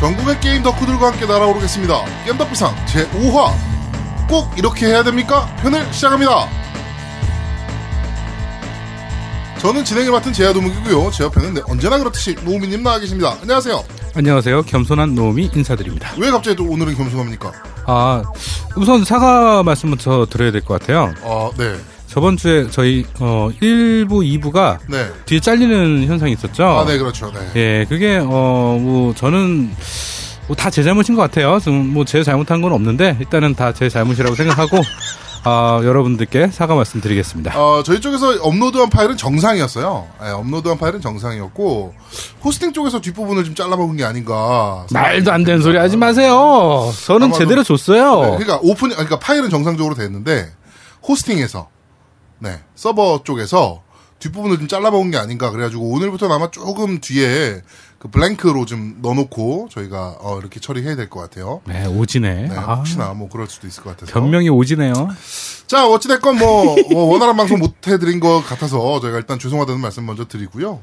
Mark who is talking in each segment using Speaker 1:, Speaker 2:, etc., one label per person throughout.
Speaker 1: 전국의 게임 덕후들과 함께 날아오르겠습니다. 게임 덕비상 제5화. 꼭 이렇게 해야 됩니까? 편을 시작합니다. 저는 진행을 맡은 제야도무기고요. 제 옆에는 네, 언제나 그렇듯이 노우미님 나와 계십니다. 안녕하세요.
Speaker 2: 안녕하세요. 겸손한 노움이 인사드립니다.
Speaker 1: 왜 갑자기 또 오늘은 겸손합니까?
Speaker 2: 아, 우선 사과 말씀부터 드려야 될 것 같아요.
Speaker 1: 아, 네.
Speaker 2: 저번 주에 저희 어 1부, 2부가
Speaker 1: 네.
Speaker 2: 뒤에 잘리는 현상이 있었죠.
Speaker 1: 아, 네, 그렇죠. 네.
Speaker 2: 예, 그게 어 뭐 저는 뭐 다 제 잘못인 것 같아요. 뭐 제 잘못한 건 없는데 일단은 다 제 잘못이라고 생각하고 아, 여러분들께 사과 말씀드리겠습니다.
Speaker 1: 어, 저희 쪽에서 업로드한 파일은 정상이었어요. 예, 업로드한 파일은 정상이었고, 호스팅 쪽에서 뒷부분을 좀 잘라먹은 게 아닌가.
Speaker 2: 말도 안 되는 소리 하지 마세요. 저는
Speaker 1: 아마도-
Speaker 2: 제대로
Speaker 1: 네,
Speaker 2: 줬어요.
Speaker 1: 그러니까 오픈, 아니, 그러니까 파일은 정상적으로 됐는데, 호스팅에서, 네, 서버 쪽에서 뒷부분을 좀 잘라먹은 게 아닌가. 그래가지고 오늘부터는 아마 조금 뒤에 그 블랭크로 좀 넣어놓고 저희가 어, 이렇게 처리해야 될 것 같아요.
Speaker 2: 네, 오지네.
Speaker 1: 네,
Speaker 2: 아,
Speaker 1: 혹시나 뭐 그럴 수도 있을 것 같아서.
Speaker 2: 변명이 오지네요.
Speaker 1: 자, 어찌됐건 뭐, 뭐 원활한 방송 못 해드린 것 같아서 저희가 일단 죄송하다는 말씀 먼저 드리고요.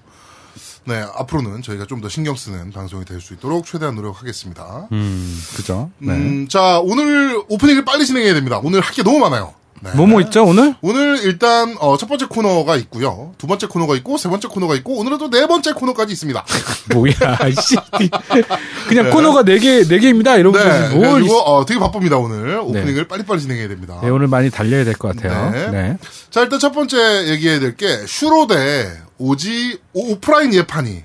Speaker 1: 네, 앞으로는 저희가 좀 더 신경 쓰는 방송이 될 수 있도록 최대한 노력하겠습니다.
Speaker 2: 음, 그죠? 네.
Speaker 1: 음, 자, 오늘 오프닝을 빨리 진행해야 됩니다. 오늘 할 게 너무 많아요. 네.
Speaker 2: 뭐뭐 있죠 오늘?
Speaker 1: 오늘 일단 어, 첫 번째 코너가 있고요. 두 번째 코너가 있고 세 번째 코너가 있고 오늘은 또 네 번째 코너까지 있습니다.
Speaker 2: 뭐야, 씨. 그냥 코너가 4개, 4개입니다. 이러고
Speaker 1: 네.
Speaker 2: 네, 뭘.
Speaker 1: 그리고 어, 되게 바쁩니다 오늘. 오프닝을 빨리빨리 진행해야 됩니다.
Speaker 2: 있- 네, 오늘 많이 달려야 될 것 같아요.
Speaker 1: 네.
Speaker 2: 네.
Speaker 1: 자, 일단 첫 번째 얘기해야 될 게 슈로 대 오지 오- 오프라인 예판이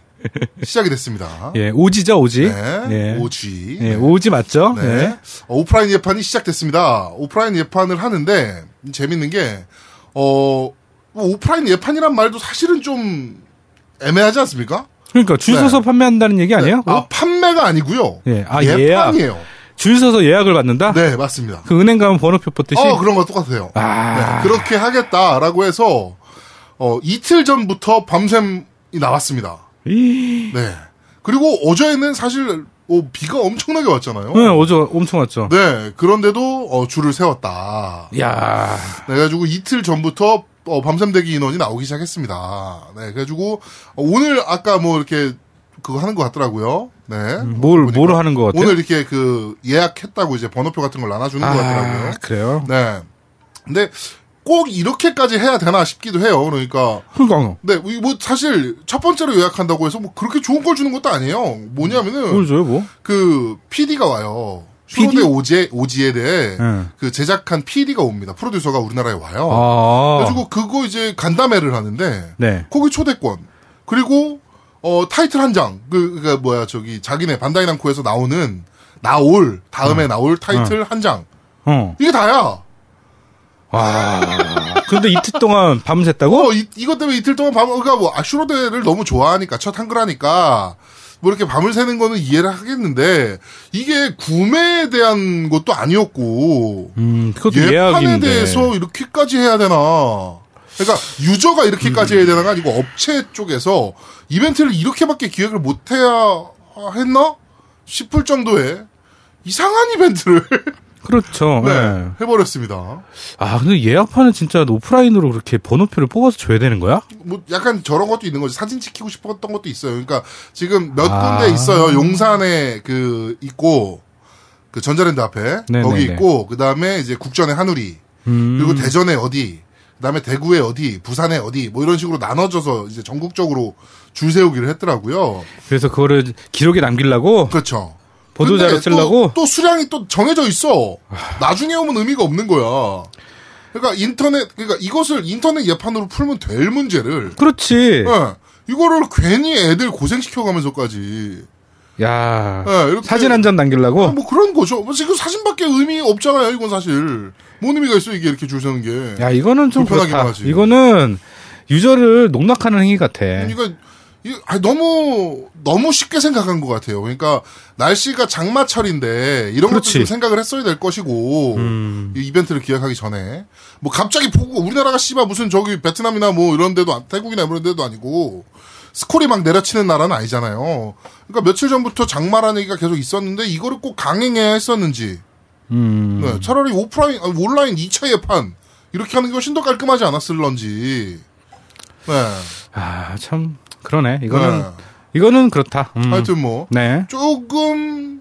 Speaker 1: 시작이 됐습니다.
Speaker 2: 예, 오지죠, 오지.
Speaker 1: 네.
Speaker 2: 예.
Speaker 1: 오지.
Speaker 2: 예, 오지 맞죠?
Speaker 1: 네.
Speaker 2: 네.
Speaker 1: 어, 오프라인 예판이 시작됐습니다. 오프라인 예판을 하는데 재밌는 게 어, 뭐 오프라인 예판이란 말도 사실은 좀 애매하지 않습니까?
Speaker 2: 그러니까 줄 서서 판매한다는 얘기 아니에요?
Speaker 1: 네. 아, 판매가 아니고요.
Speaker 2: 예, 아,
Speaker 1: 예판이에요.
Speaker 2: 줄 서서 예약을 받는다?
Speaker 1: 네, 맞습니다.
Speaker 2: 그 은행 가면 번호표 뽑듯이?
Speaker 1: 어, 그런 거 똑같아요.
Speaker 2: 아.
Speaker 1: 네, 그렇게 하겠다라고 해서 어, 이틀 전부터 밤샘이 나왔습니다.
Speaker 2: 이...
Speaker 1: 네. 그리고 어제는 사실 어, 비가 엄청나게 왔잖아요.
Speaker 2: 네, 어제 엄청 왔죠.
Speaker 1: 네, 그런데도 어, 줄을 세웠다. 네,
Speaker 2: 야
Speaker 1: 그래가지고 이틀 전부터 어, 밤샘 대기 인원이 나오기 시작했습니다. 네, 그래가지고 오늘 아까 뭐 이렇게 그거 하는 것 같더라고요. 네.
Speaker 2: 뭘, 뭘 하는 것 같아요?
Speaker 1: 오늘 이렇게 그 예약했다고 이제 번호표 같은 걸 나눠주는 것 같더라고요.
Speaker 2: 아, 그래요?
Speaker 1: 네. 근데 꼭 이렇게까지 해야 되나 싶기도 해요. 그러니까
Speaker 2: 그러니까,
Speaker 1: 네, 이뭐 사실 첫 번째로 예약한다고 해서 뭐 그렇게 좋은 걸 주는 것도 아니에요. 뭐냐면은
Speaker 2: 보여줘요, 뭐?
Speaker 1: 그 PD가 와요.
Speaker 2: PD?
Speaker 1: 프로대 오지 오지에 대해
Speaker 2: 네.
Speaker 1: 그 제작한 PD가 옵니다. 프로듀서가 우리나라에 와요.
Speaker 2: 아.
Speaker 1: 어. 그래가지고 그거 이제 간담회를 하는데
Speaker 2: 네.
Speaker 1: 거기 초대권 그리고 어 타이틀 한 장 그 그니까 뭐야 저기 자기네 반다이 남코에서 나오는 나올 다음에 나올 타이틀 한 장
Speaker 2: 어.
Speaker 1: 이게 다야.
Speaker 2: 와. 근데 이틀 동안 밤샜다고?
Speaker 1: 어, 이, 이것 때문에 이틀 동안 밤, 그러니까 뭐, 아슈로데를 너무 좋아하니까, 첫 한글하니까, 뭐 이렇게 밤을 새는 거는 이해를 하겠는데, 이게 구매에 대한 것도 아니었고,
Speaker 2: 음, 그것도
Speaker 1: 예판에
Speaker 2: 예약인데.
Speaker 1: 대해서 이렇게까지 해야 되나. 그러니까, 유저가 이렇게까지
Speaker 2: 음.
Speaker 1: 해야 되나가 아니고, 업체 쪽에서 이벤트를 이렇게밖에 기획을 못 해야 했나? 싶을 정도의 이상한 이벤트를
Speaker 2: 그렇죠.
Speaker 1: 네,
Speaker 2: 예.
Speaker 1: 해버렸습니다.
Speaker 2: 아, 근데 예약판은 진짜 오프라인으로 그렇게 번호표를 뽑아서 줘야 되는 거야?
Speaker 1: 뭐 약간 저런 것도 있는 거지 사진 찍히고 싶었던 것도 있어요. 그러니까 지금 몇
Speaker 2: 아.
Speaker 1: 군데 있어요. 용산에 그 있고 그 전자랜드 앞에
Speaker 2: 네네네.
Speaker 1: 거기 있고 그 다음에 이제 국전에 한우리
Speaker 2: 음.
Speaker 1: 그리고 대전에 어디 그 다음에 대구에 어디 부산에 어디 뭐 이런 식으로 나눠져서 이제 전국적으로 줄 세우기를 했더라고요.
Speaker 2: 그래서 그거를 기록에 남기려고?
Speaker 1: 그렇죠.
Speaker 2: 보도자료
Speaker 1: 근데 또-
Speaker 2: 쓰려고? 아.
Speaker 1: 또, 수량이 또 정해져 있어. 나중에 오면 의미가 없는 거야. 그러니까 인터넷 그러니까 이것을 인터넷 예판으로 풀면 될 문제를 예.
Speaker 2: 그렇지.
Speaker 1: 이거를 괜히 애들 고생시켜가면서까지.
Speaker 2: 야
Speaker 1: 예, 이렇게.
Speaker 2: 사진 한 장
Speaker 1: 아,
Speaker 2: 남기려고?
Speaker 1: 뭐 그런 거죠. 뭐 지금 사진밖에 의미 없잖아요, 이건 사실. 뭔 의미가 있어, 이게 이렇게 줄 서는 게.
Speaker 2: 야, 이거는 좀
Speaker 1: 불편하기만
Speaker 2: 그렇다.
Speaker 1: 하지.
Speaker 2: 이거는 유저를 농락하는 행위 같아.
Speaker 1: 그러니까, 이- 아, 너무, 너무 쉽게 생각한 것 같아요. 그러니까, 날씨가 장마철인데, 이런 것도
Speaker 2: 그렇지. 음.
Speaker 1: 좀 생각을 했어야 될 것이고, 이 이벤트를 기획하기 전에. 뭐, 갑자기 보고, 우리나라가 씨발 무슨 저기 베트남이나 뭐 이런 데도, 안- 태국이나 이런 데도 아니고, 스콜이 막 내려치는 나라는 아니잖아요. 그러니까 며칠 전부터 장마라는 얘기가 계속 있었는데, 이거를 꼭 강행해야 했었는지,
Speaker 2: 음.
Speaker 1: 네, 차라리 오프라인, 아니, 온라인 2차 예판, 이렇게 하는 게 훨씬 더 깔끔하지 않았을런지, 네.
Speaker 2: 아, 참. 그러네. 이거는,
Speaker 1: 네.
Speaker 2: 이거는 그렇다. 음.
Speaker 1: 하여튼 네. 뭐,
Speaker 2: 네.
Speaker 1: 조금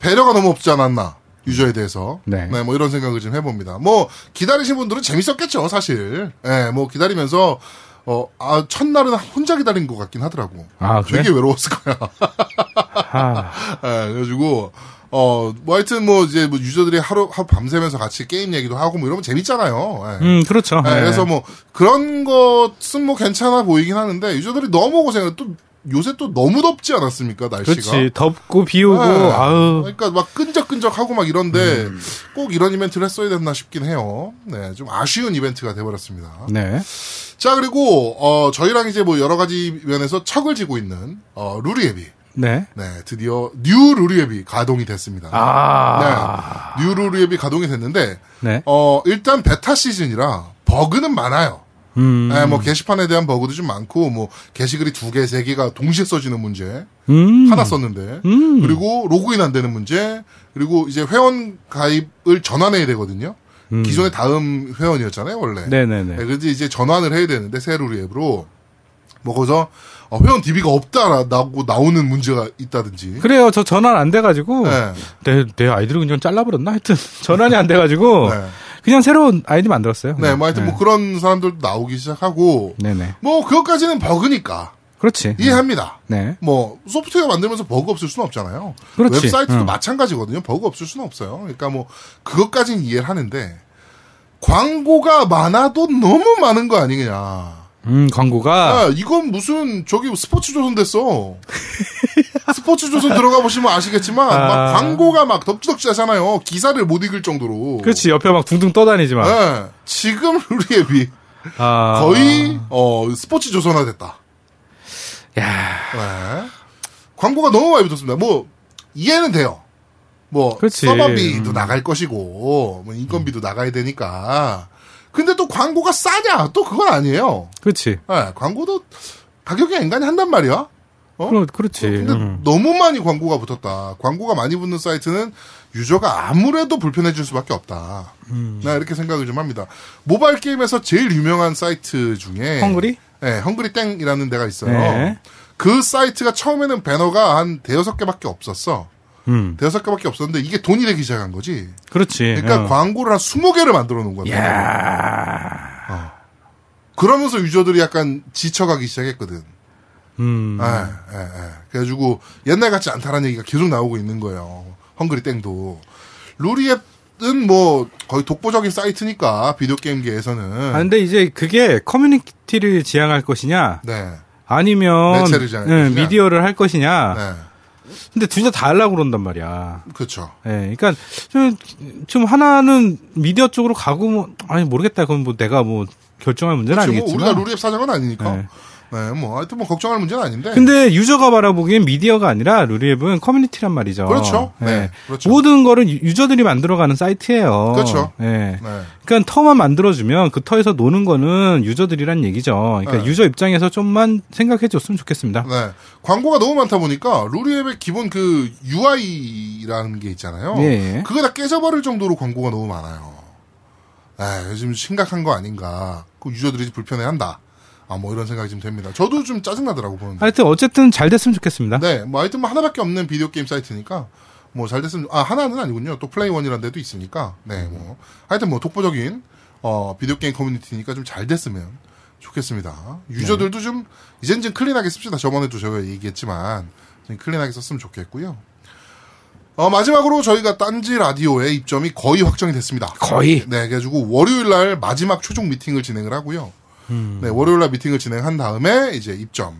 Speaker 1: 배려가 너무 없지 않았나. 유저에 대해서.
Speaker 2: 네.
Speaker 1: 뭐 이런 생각을 좀 해봅니다. 뭐, 기다리신 분들은 재밌었겠죠, 사실. 예, 뭐 기다리면서, 어, 아, 첫날은 혼자 기다린 것 같긴 하더라고.
Speaker 2: 아, 그래?
Speaker 1: 되게 외로웠을 거야.
Speaker 2: 아,
Speaker 1: 예, 그래가지고, 어, 뭐 하여튼 뭐 이제 뭐 유저들이 하루, 하루 밤새면서 같이 게임 얘기도 하고 뭐 이러면 재밌잖아요. 예.
Speaker 2: 음, 그렇죠.
Speaker 1: 예,
Speaker 2: 네.
Speaker 1: 그래서 뭐 그런 것은 뭐 괜찮아 보이긴 하는데 유저들이 너무 고생을 또 요새 또 너무 덥지 않았습니까 날씨가?
Speaker 2: 그렇지. 덥고 비 오고,
Speaker 1: 네.
Speaker 2: 아우.
Speaker 1: 그러니까 막 끈적끈적하고 막 이런데
Speaker 2: 음.
Speaker 1: 꼭 이런 이벤트를 했어야 됐나 싶긴 해요. 네, 좀 아쉬운 이벤트가 돼버렸습니다.
Speaker 2: 네.
Speaker 1: 자 그리고 어, 저희랑 이제 뭐 여러 가지 면에서 척을 지고 있는 어, 루리앱이
Speaker 2: 네.
Speaker 1: 네 드디어 뉴 루리앱이 가동이 됐습니다.
Speaker 2: 아.
Speaker 1: 네, 뉴 루리앱이 가동이 됐는데
Speaker 2: 네.
Speaker 1: 어, 일단 베타 시즌이라 버그는 많아요.
Speaker 2: 음.
Speaker 1: 예, 뭐 게시판에 대한 버그도 좀 많고 뭐 게시글이 두 개, 세 개가 동시에 써지는 문제
Speaker 2: 음.
Speaker 1: 하나 썼는데
Speaker 2: 음.
Speaker 1: 그리고 로그인 안 되는 문제 그리고 이제 회원 가입을 전환해야 되거든요.
Speaker 2: 음.
Speaker 1: 기존에 다음 회원이었잖아요 원래.
Speaker 2: 네네네.
Speaker 1: 예, 그래서 이제 전환을 해야 되는데 새 루리 앱으로 뭐 거기서 어, 회원 DB가 없다라고 나오는 문제가 있다든지.
Speaker 2: 그래요. 저 전환 안 돼가지고
Speaker 1: 네.
Speaker 2: 내, 내 아이디를 그냥 잘라버렸나? 하여튼 전환이 안 돼가지고
Speaker 1: 네.
Speaker 2: 그냥 새로운 아이디 만들었어요.
Speaker 1: 네, 뭐 하여튼 뭐 그런 사람들도 나오기 시작하고
Speaker 2: 네네.
Speaker 1: 뭐 그것까지는 버그니까
Speaker 2: 그렇지.
Speaker 1: 이해합니다.
Speaker 2: 네.
Speaker 1: 뭐 소프트웨어 만들면서 버그 없을 수는 없잖아요.
Speaker 2: 그렇지.
Speaker 1: 웹사이트도
Speaker 2: 응.
Speaker 1: 마찬가지거든요. 버그 없을 수는 없어요. 그러니까 뭐 그것까진 이해를 하는데 광고가 많아도 너무 많은 거 아니냐.
Speaker 2: 음, 광고가
Speaker 1: 야, 이건 무슨 저기 스포츠 조선 됐어. 스포츠 조선 들어가 보시면 아시겠지만 막
Speaker 2: 아.
Speaker 1: 광고가 막 덕지덕지하잖아요. 기사를 못 읽을 정도로.
Speaker 2: 그렇지. 옆에 막 둥둥 떠다니지만.
Speaker 1: 예, 지금 우리 앱이
Speaker 2: 아.
Speaker 1: 거의 어, 스포츠 조선화 됐다.
Speaker 2: 야.
Speaker 1: 네. 광고가 너무 많이 붙었습니다. 뭐 이해는 돼요. 뭐
Speaker 2: 그렇지. 음.
Speaker 1: 서버비도 나갈 것이고 뭐 인건비도 나가야 되니까. 근데 또 광고가 싸냐? 또 그건 아니에요.
Speaker 2: 그렇지.
Speaker 1: 네, 광고도 가격이 인간이 한단 말이야. 어?
Speaker 2: 그럼 그렇지.
Speaker 1: 근데
Speaker 2: 음.
Speaker 1: 너무 많이 광고가 붙었다. 광고가 많이 붙는 사이트는 유저가 아무래도 불편해질 수밖에 없다.
Speaker 2: 음.
Speaker 1: 나 이렇게 생각을 좀 합니다. 모바일 게임에서 제일 유명한 사이트 중에
Speaker 2: 헝그리?
Speaker 1: 네, 헝그리 땡이라는 데가 있어요.
Speaker 2: 네.
Speaker 1: 그 사이트가 처음에는 배너가 한 대여섯 개밖에 없었어.
Speaker 2: 음.
Speaker 1: 대여섯 개밖에 없었는데 이게 돈이 되기 시작한 거지.
Speaker 2: 그렇지.
Speaker 1: 그러니까
Speaker 2: 어.
Speaker 1: 광고를 한 스무 개를 만들어 놓은 거야.
Speaker 2: 예.
Speaker 1: 아.
Speaker 2: 야.
Speaker 1: 그러면서 유저들이 약간 지쳐가기 시작했거든.
Speaker 2: 음.
Speaker 1: 예, 예, 예. 그래가지고 옛날 같지 않다라는 얘기가 계속 나오고 있는 거예요. 헝그리 땡도 루리앱은 뭐 거의 독보적인 사이트니까 비디오 게임계에서는
Speaker 2: 아, 근데 이제 그게 커뮤니티를 지향할 것이냐
Speaker 1: 네,
Speaker 2: 아니면
Speaker 1: 매체를 지향할
Speaker 2: 예,
Speaker 1: 것이냐.
Speaker 2: 미디어를 할 것이냐
Speaker 1: 네,
Speaker 2: 근데 둘 다 다 하려고 그런단 말이야
Speaker 1: 그렇죠.
Speaker 2: 예, 그러니까 좀, 좀 하나는 미디어 쪽으로 가고 뭐 아니 모르겠다 그건 뭐 내가 뭐 결정할 문제는
Speaker 1: 지금 뭐
Speaker 2: 아니겠지만
Speaker 1: 우리가 루리앱 사장은 아니니까. 네.
Speaker 2: 네.
Speaker 1: 뭐 하여튼 뭐 걱정할 문제는 아닌데.
Speaker 2: 근데 유저가 바라보기엔 미디어가 아니라 루리앱은 커뮤니티란 말이죠.
Speaker 1: 그렇죠.
Speaker 2: 예.
Speaker 1: 네, 그렇죠.
Speaker 2: 모든 거를 유- 유저들이 만들어가는 사이트예요.
Speaker 1: 그렇죠.
Speaker 2: 예.
Speaker 1: 네,
Speaker 2: 그러니까 터만 만들어주면 그 터에서 노는 거는 유저들이란 얘기죠. 그러니까
Speaker 1: 네.
Speaker 2: 유저 입장에서 좀만 생각해줬으면 좋겠습니다.
Speaker 1: 네. 광고가 너무 많다 보니까 루리앱의 기본 그 UI라는 게 있잖아요.
Speaker 2: 예, 예.
Speaker 1: 그거 다 깨져버릴 정도로 광고가 너무 많아요. 아, 요즘 심각한 거 아닌가. 그 유저들이 불편해한다. 아, 뭐 이런 생각이 좀 됩니다. 저도 좀 짜증나더라고 보는데.
Speaker 2: 하여튼 어쨌든 잘 됐으면 좋겠습니다.
Speaker 1: 네, 뭐 하여튼 뭐 하나밖에 없는 비디오 게임 사이트니까 뭐 잘 됐으면 아 하나는 아니군요. 또 플레이원이라는 데도 있으니까 네, 뭐 하여튼 뭐 독보적인 어 비디오 게임 커뮤니티니까 좀 잘 됐으면 좋겠습니다. 유저들도
Speaker 2: 네.
Speaker 1: 좀 이젠 좀 클린하게 씁시다. 저번에도 제가 얘기했지만 좀 클린하게 썼으면 좋겠고요. 어, 마지막으로 저희가 딴지 라디오의 입점이 거의 확정이 됐습니다.
Speaker 2: 거의.
Speaker 1: 네, 그래가지고 월요일 날 마지막 최종 미팅을 진행을 하고요.
Speaker 2: 음.
Speaker 1: 네, 월요일 날 미팅을 진행한 다음에 이제 입점을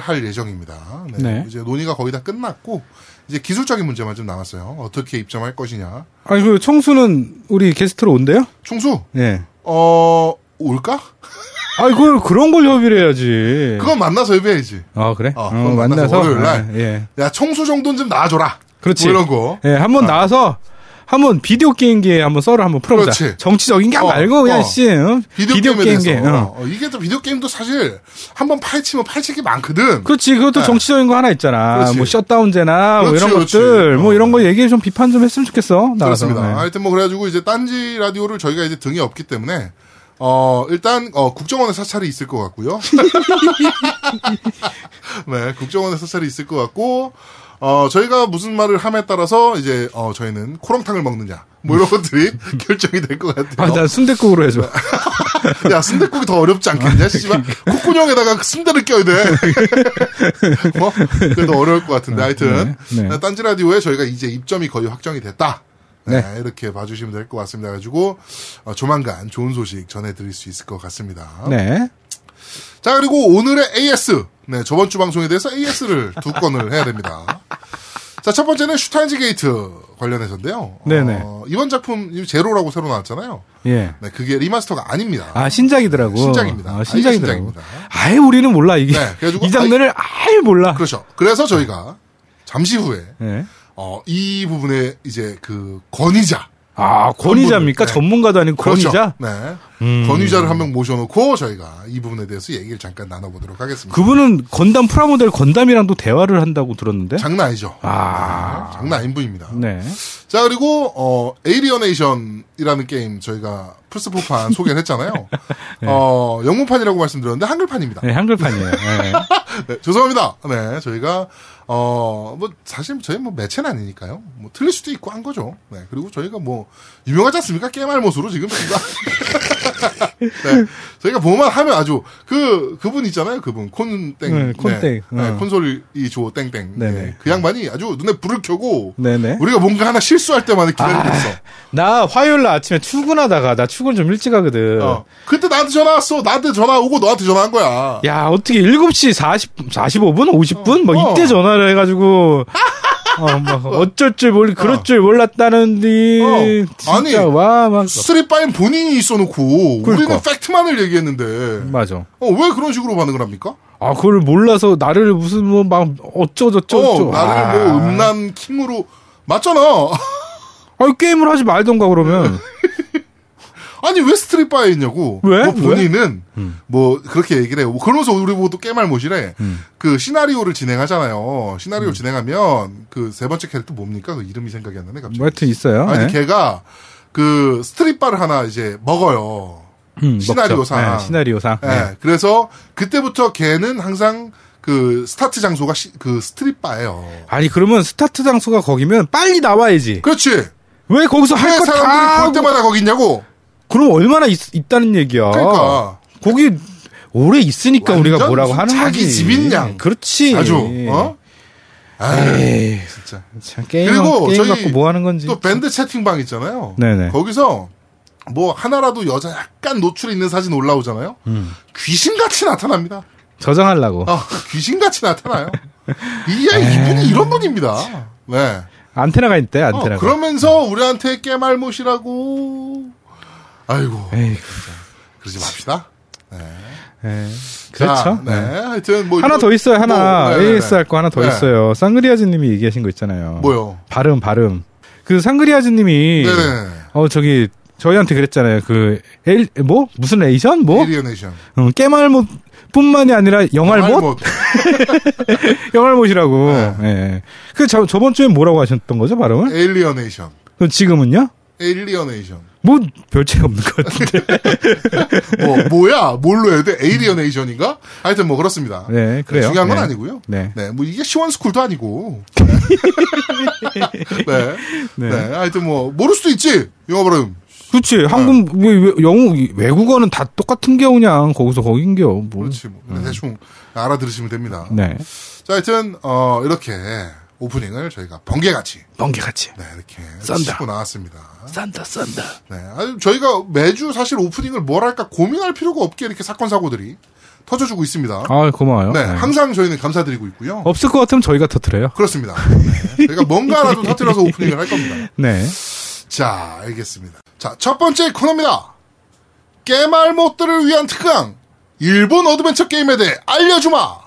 Speaker 1: 할 예정입니다. 네,
Speaker 2: 네.
Speaker 1: 이제 논의가 거의 다 끝났고 이제 기술적인 문제만 좀 남았어요. 어떻게 입점할 것이냐.
Speaker 2: 아니 그 청수는 우리 게스트로 온대요?
Speaker 1: 총수,
Speaker 2: 예.
Speaker 1: 어 올까?
Speaker 2: 아니 그걸 그런 걸 협의를 해야지.
Speaker 1: 그건 만나서 협의해야지.
Speaker 2: 아 그래?
Speaker 1: 어, 그건 만나서 월요일 날.
Speaker 2: 아, 예.
Speaker 1: 야, 총수 정도는 좀 나와줘라.
Speaker 2: 그렇지.
Speaker 1: 뭐 이런 거.
Speaker 2: 예, 한번 나와서 한번 비디오 게임기에 한번 썰을 한번 풀어보자.
Speaker 1: 그렇지.
Speaker 2: 정치적인 게
Speaker 1: 어,
Speaker 2: 말고 그냥
Speaker 1: 어.
Speaker 2: 씨 응?
Speaker 1: 비디오, 게임에
Speaker 2: 게임기에,
Speaker 1: 대해서
Speaker 2: 어.
Speaker 1: 어, 이게 또 비디오 게임도 사실 한번 파헤치면 파헤칠 게 많거든.
Speaker 2: 그렇지. 그것도
Speaker 1: 네.
Speaker 2: 정치적인 거 하나 있잖아.
Speaker 1: 그렇지.
Speaker 2: 뭐 셧다운제나 뭐
Speaker 1: 그렇지,
Speaker 2: 이런
Speaker 1: 그렇지.
Speaker 2: 것들
Speaker 1: 어.
Speaker 2: 뭐 이런 거 얘기 좀 비판 좀 했으면 좋겠어. 나가서.
Speaker 1: 그렇습니다.
Speaker 2: 네.
Speaker 1: 하여튼 뭐 그래가지고 이제 딴지 라디오를 저희가 이제 등이 없기 때문에 어 일단 어 국정원의 사찰이 있을 것 같고요. 네, 국정원의 사찰이 있을 것 같고 어, 저희가 무슨 말을 함에 따라서 이제 어, 저희는 코롱탕을 먹느냐 뭐 이런 것들이 결정이 될 것
Speaker 2: 아,
Speaker 1: 같아요. 어?
Speaker 2: 난 순대국으로 해줘.
Speaker 1: 야, 순대국이 더 어렵지
Speaker 2: 아,
Speaker 1: 않겠냐? 씨발.
Speaker 2: 그러니까.
Speaker 1: 콧구멍에다가 순대를 껴야 돼. 어? 그래도 어려울 것 같은데. 하여튼.
Speaker 2: 네, 네.
Speaker 1: 딴지 라디오에 저희가 이제 입점이 거의 확정이 됐다. 네,
Speaker 2: 네.
Speaker 1: 이렇게 봐주시면 될 것 같습니다. 그래가지고, 어, 조만간 좋은 소식 전해드릴 수 있을 것 같습니다.
Speaker 2: 네.
Speaker 1: 자, 그리고 오늘의 AS. 네, 저번 주 방송에 대해서 AS를 두 건을 해야 됩니다. 자, 첫 번째는 슈타인즈 게이트 관련해서인데요.
Speaker 2: 네네.
Speaker 1: 어, 이번 작품, 이 제로라고 새로 나왔잖아요.
Speaker 2: 예.
Speaker 1: 네, 그게 리마스터가 아닙니다.
Speaker 2: 아, 신작이더라고.
Speaker 1: 신작입니다.
Speaker 2: 아, 신작이더라고.
Speaker 1: 아예 신작입니다.
Speaker 2: 아예 우리는 몰라, 이게.
Speaker 1: 네, 그래가지고
Speaker 2: 이 장르를 아예 몰라.
Speaker 1: 그렇죠. 그래서 저희가 잠시 후에
Speaker 2: 예.
Speaker 1: 어, 이 부분에 이제 그 권위자.
Speaker 2: 아, 권위자입니까?
Speaker 1: 네.
Speaker 2: 전문가도 아닌 권위자? 음.
Speaker 1: 그렇죠. 네. 권위자를 한 명 모셔놓고 저희가 이 부분에 대해서 얘기를 잠깐 나눠보도록 하겠습니다.
Speaker 2: 그분은 건담 프라모델 건담이랑도 대화를 한다고 들었는데.
Speaker 1: 장난 아니죠.
Speaker 2: 아.
Speaker 1: 네, 장난 아닌 분입니다.
Speaker 2: 네.
Speaker 1: 자, 그리고, 어, 에이리어네이션이라는 게임 저희가 플스4판 소개를 했잖아요. 어, 영문판이라고 말씀드렸는데 한글판입니다.
Speaker 2: 네, 한글판이에요. 네.
Speaker 1: 네, 죄송합니다. 네, 저희가, 어, 뭐, 사실 저희 뭐 매체는 아니니까요. 뭐, 틀릴 수도 있고 한 거죠. 네, 그리고 저희가 뭐, 유명하지 않습니까? 게임 알못으로 지금. 저희가. 네, 저희가 보만 하면 아주, 그, 그분 있잖아요. 그분, 콘땡.
Speaker 2: 네, 콘땡.
Speaker 1: 네, 네,
Speaker 2: 어.
Speaker 1: 콘솔이 조 땡땡. 네,
Speaker 2: 네네.
Speaker 1: 그 양반이 아주 눈에 불을 켜고,
Speaker 2: 네네. 아,
Speaker 1: 우리가 뭔가 하나 실수할 때마다 기다리고 있어.
Speaker 2: 나 화요일 날 아침에 출근하다가 나 출근 좀 일찍 하거든.
Speaker 1: 어. 그때 나한테 전화 왔어. 나한테 전화 오고 너한테 전화한 거야.
Speaker 2: 야, 어떻게 7시 40, 45분? 50분? 막
Speaker 1: 어.
Speaker 2: 이때 전화를 해가지고. 어, 막 어쩔 줄 몰, 그럴 줄 몰랐다는디.
Speaker 1: 어.
Speaker 2: 진짜,
Speaker 1: 아니.
Speaker 2: 와, 막.
Speaker 1: 스트릿바인 본인이 있어놓고 우리는
Speaker 2: 그러니까.
Speaker 1: 팩트만을 얘기했는데
Speaker 2: 맞아.
Speaker 1: 어, 왜 그런 식으로 반응을 합니까?
Speaker 2: 아, 그걸 몰라서 나를 무슨 뭐 막 아. 어쩌저쩌고.
Speaker 1: 어, 나를 뭐 음란 킹으로 맞잖아.
Speaker 2: 아니, 게임을 하지 말던가, 그러면.
Speaker 1: 아니 왜 스트릿바에 있냐고.
Speaker 2: 왜? 음.
Speaker 1: 뭐 본인은 뭐 그렇게 얘기를 해요. 뭐 그러면서 우리 모두 깨말 못이래.
Speaker 2: 음.
Speaker 1: 그 시나리오를 진행하잖아요. 시나리오 진행하면 그 세 번째 캐릭터 뭡니까? 그 이름이 생각이 안 나네 갑자기.
Speaker 2: 뭐 하여튼 있어요.
Speaker 1: 아니
Speaker 2: 네.
Speaker 1: 걔가 그 스트릿바를 하나 이제 먹어요.
Speaker 2: 음, 먹죠.
Speaker 1: 시나리오상.
Speaker 2: 네, 시나리오상.
Speaker 1: 예.
Speaker 2: 네.
Speaker 1: 그래서 그때부터 걔는 항상 그 스타트 장소가 시- 그 스트릿바예요.
Speaker 2: 아니, 그러면 스타트 장소가 거기면 빨리 나와야지.
Speaker 1: 그렇지. 왜
Speaker 2: 왜 거기서 할 거
Speaker 1: 사람들이
Speaker 2: 다.
Speaker 1: 볼
Speaker 2: 하고
Speaker 1: 때마다 거기 있냐고.
Speaker 2: 그럼 얼마나 있, 있다는 얘기야.
Speaker 1: 그러니까.
Speaker 2: 거기 오래 있으니까 우리가
Speaker 1: 완전
Speaker 2: 뭐라고
Speaker 1: 무슨
Speaker 2: 하는
Speaker 1: 자기
Speaker 2: 거지.
Speaker 1: 집인 양.
Speaker 2: 그렇지. 예.
Speaker 1: 아주 어? 아,
Speaker 2: 에이,
Speaker 1: 진짜.
Speaker 2: 참 게임
Speaker 1: 그리고
Speaker 2: 게임
Speaker 1: 저희
Speaker 2: 갖고 뭐 하는 건지.
Speaker 1: 또 밴드 채팅방 있잖아요.
Speaker 2: 네네.
Speaker 1: 거기서 뭐 하나라도 여자 약간 노출이 있는 사진 올라오잖아요.
Speaker 2: 음.
Speaker 1: 귀신같이 나타납니다.
Speaker 2: 저장하려고.
Speaker 1: 어, 귀신같이 나타나요. 이야 이분이 이런 분입니다. 네.
Speaker 2: 안테나가 있대.
Speaker 1: 어,
Speaker 2: 안테나가.
Speaker 1: 그러면서 우리한테 깨말못이라고. 아이고.
Speaker 2: 에이,
Speaker 1: 그러지 맙시다.
Speaker 2: 에이, 그렇죠.
Speaker 1: 자, 네.
Speaker 2: 네.
Speaker 1: 하여튼 뭐
Speaker 2: 하나
Speaker 1: 이거-
Speaker 2: 더 있어요. 하나
Speaker 1: 뭐, 네, 네,
Speaker 2: AS
Speaker 1: 네.
Speaker 2: 할 거 하나 더
Speaker 1: 네.
Speaker 2: 있어요. 쌍그리아즈님이 얘기하신 거 있잖아요.
Speaker 1: 뭐요?
Speaker 2: 발음 발음. 그 쌍그리아즈님이
Speaker 1: 네네.
Speaker 2: 어 저기 저희한테 그랬잖아요. 그뭐 무슨 레이션 뭐
Speaker 1: 에리어네이션.
Speaker 2: 음, 깨말못뿐만이 아니라 영알못
Speaker 1: 알못. 네.
Speaker 2: 영알못이라고. 예. 그 저, 저번 주에 뭐라고 하셨던 거죠, 발음을?
Speaker 1: 에일리어네이션.
Speaker 2: 그럼 지금은요?
Speaker 1: 에일리어네이션.
Speaker 2: 뭐, 별 차이 없는 것 같은데.
Speaker 1: 뭐 뭐야? 뭘로 해야 돼? 에일리어네이션인가? 하여튼 뭐 그렇습니다.
Speaker 2: 네, 그래요.
Speaker 1: 중요한 건
Speaker 2: 네.
Speaker 1: 아니고요.
Speaker 2: 네.
Speaker 1: 뭐 이게 시원스쿨도 아니고. 네. 네.
Speaker 2: 네.
Speaker 1: 하여튼 뭐 모를 수도 있지. 영어 발음.
Speaker 2: 그치. 한국, 왜,
Speaker 1: 네.
Speaker 2: 왜, 영어, 외국어는 다 똑같은 게 그냥 거기서 거긴 게요. 뭐.
Speaker 1: 그렇지. 뭐. 대충 알아들으시면 됩니다.
Speaker 2: 네.
Speaker 1: 자, 하여튼 어 이렇게 오프닝을 저희가 번개같이
Speaker 2: 번개같이.
Speaker 1: 네, 이렇게
Speaker 2: 썬다.
Speaker 1: 치고 나왔습니다.
Speaker 2: 싼다, 싼다.
Speaker 1: 네, 아주 저희가 매주 사실 오프닝을 뭘 할까 고민할 필요가 없게 이렇게 사건 사고들이 터져주고 있습니다.
Speaker 2: 아, 고마워요.
Speaker 1: 네,
Speaker 2: 네.
Speaker 1: 항상 저희는 감사드리고 있고요.
Speaker 2: 없을 것 같으면 저희가 터트려요.
Speaker 1: 그렇습니다. 네, 저희가 뭔가 하나 좀 터뜨려서 오프닝을 할 겁니다.
Speaker 2: 네.
Speaker 1: 자, 알겠습니다. 자, 첫 번째 코너입니다. 깨말못들을 위한 특강. 일본 어드벤처 게임에 대해 알려주마.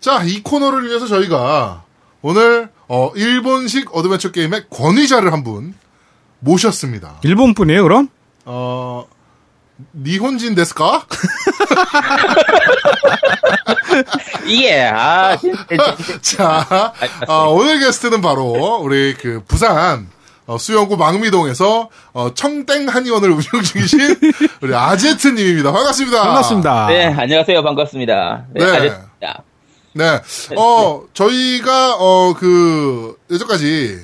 Speaker 1: 자, 이 코너를 위해서 저희가 오늘 어, 일본식 어드벤처 게임의 권위자를 한 분 모셨습니다.
Speaker 2: 일본 분이에요, 그럼?
Speaker 1: 어, 니혼진 데스까?
Speaker 3: 예, 아, 진짜.
Speaker 1: 어, 자, 아, 오늘 게스트는 바로 우리 그 부산 어, 수영구 망미동에서 어, 청땡 한의원을 운영 중이신 우리 아제트님입니다. 반갑습니다.
Speaker 2: 반갑습니다.
Speaker 3: 네, 안녕하세요. 반갑습니다. 네,
Speaker 1: 네.
Speaker 3: 아저씨입니다.
Speaker 1: 네. 어, 저희가, 어, 그, 예전까지,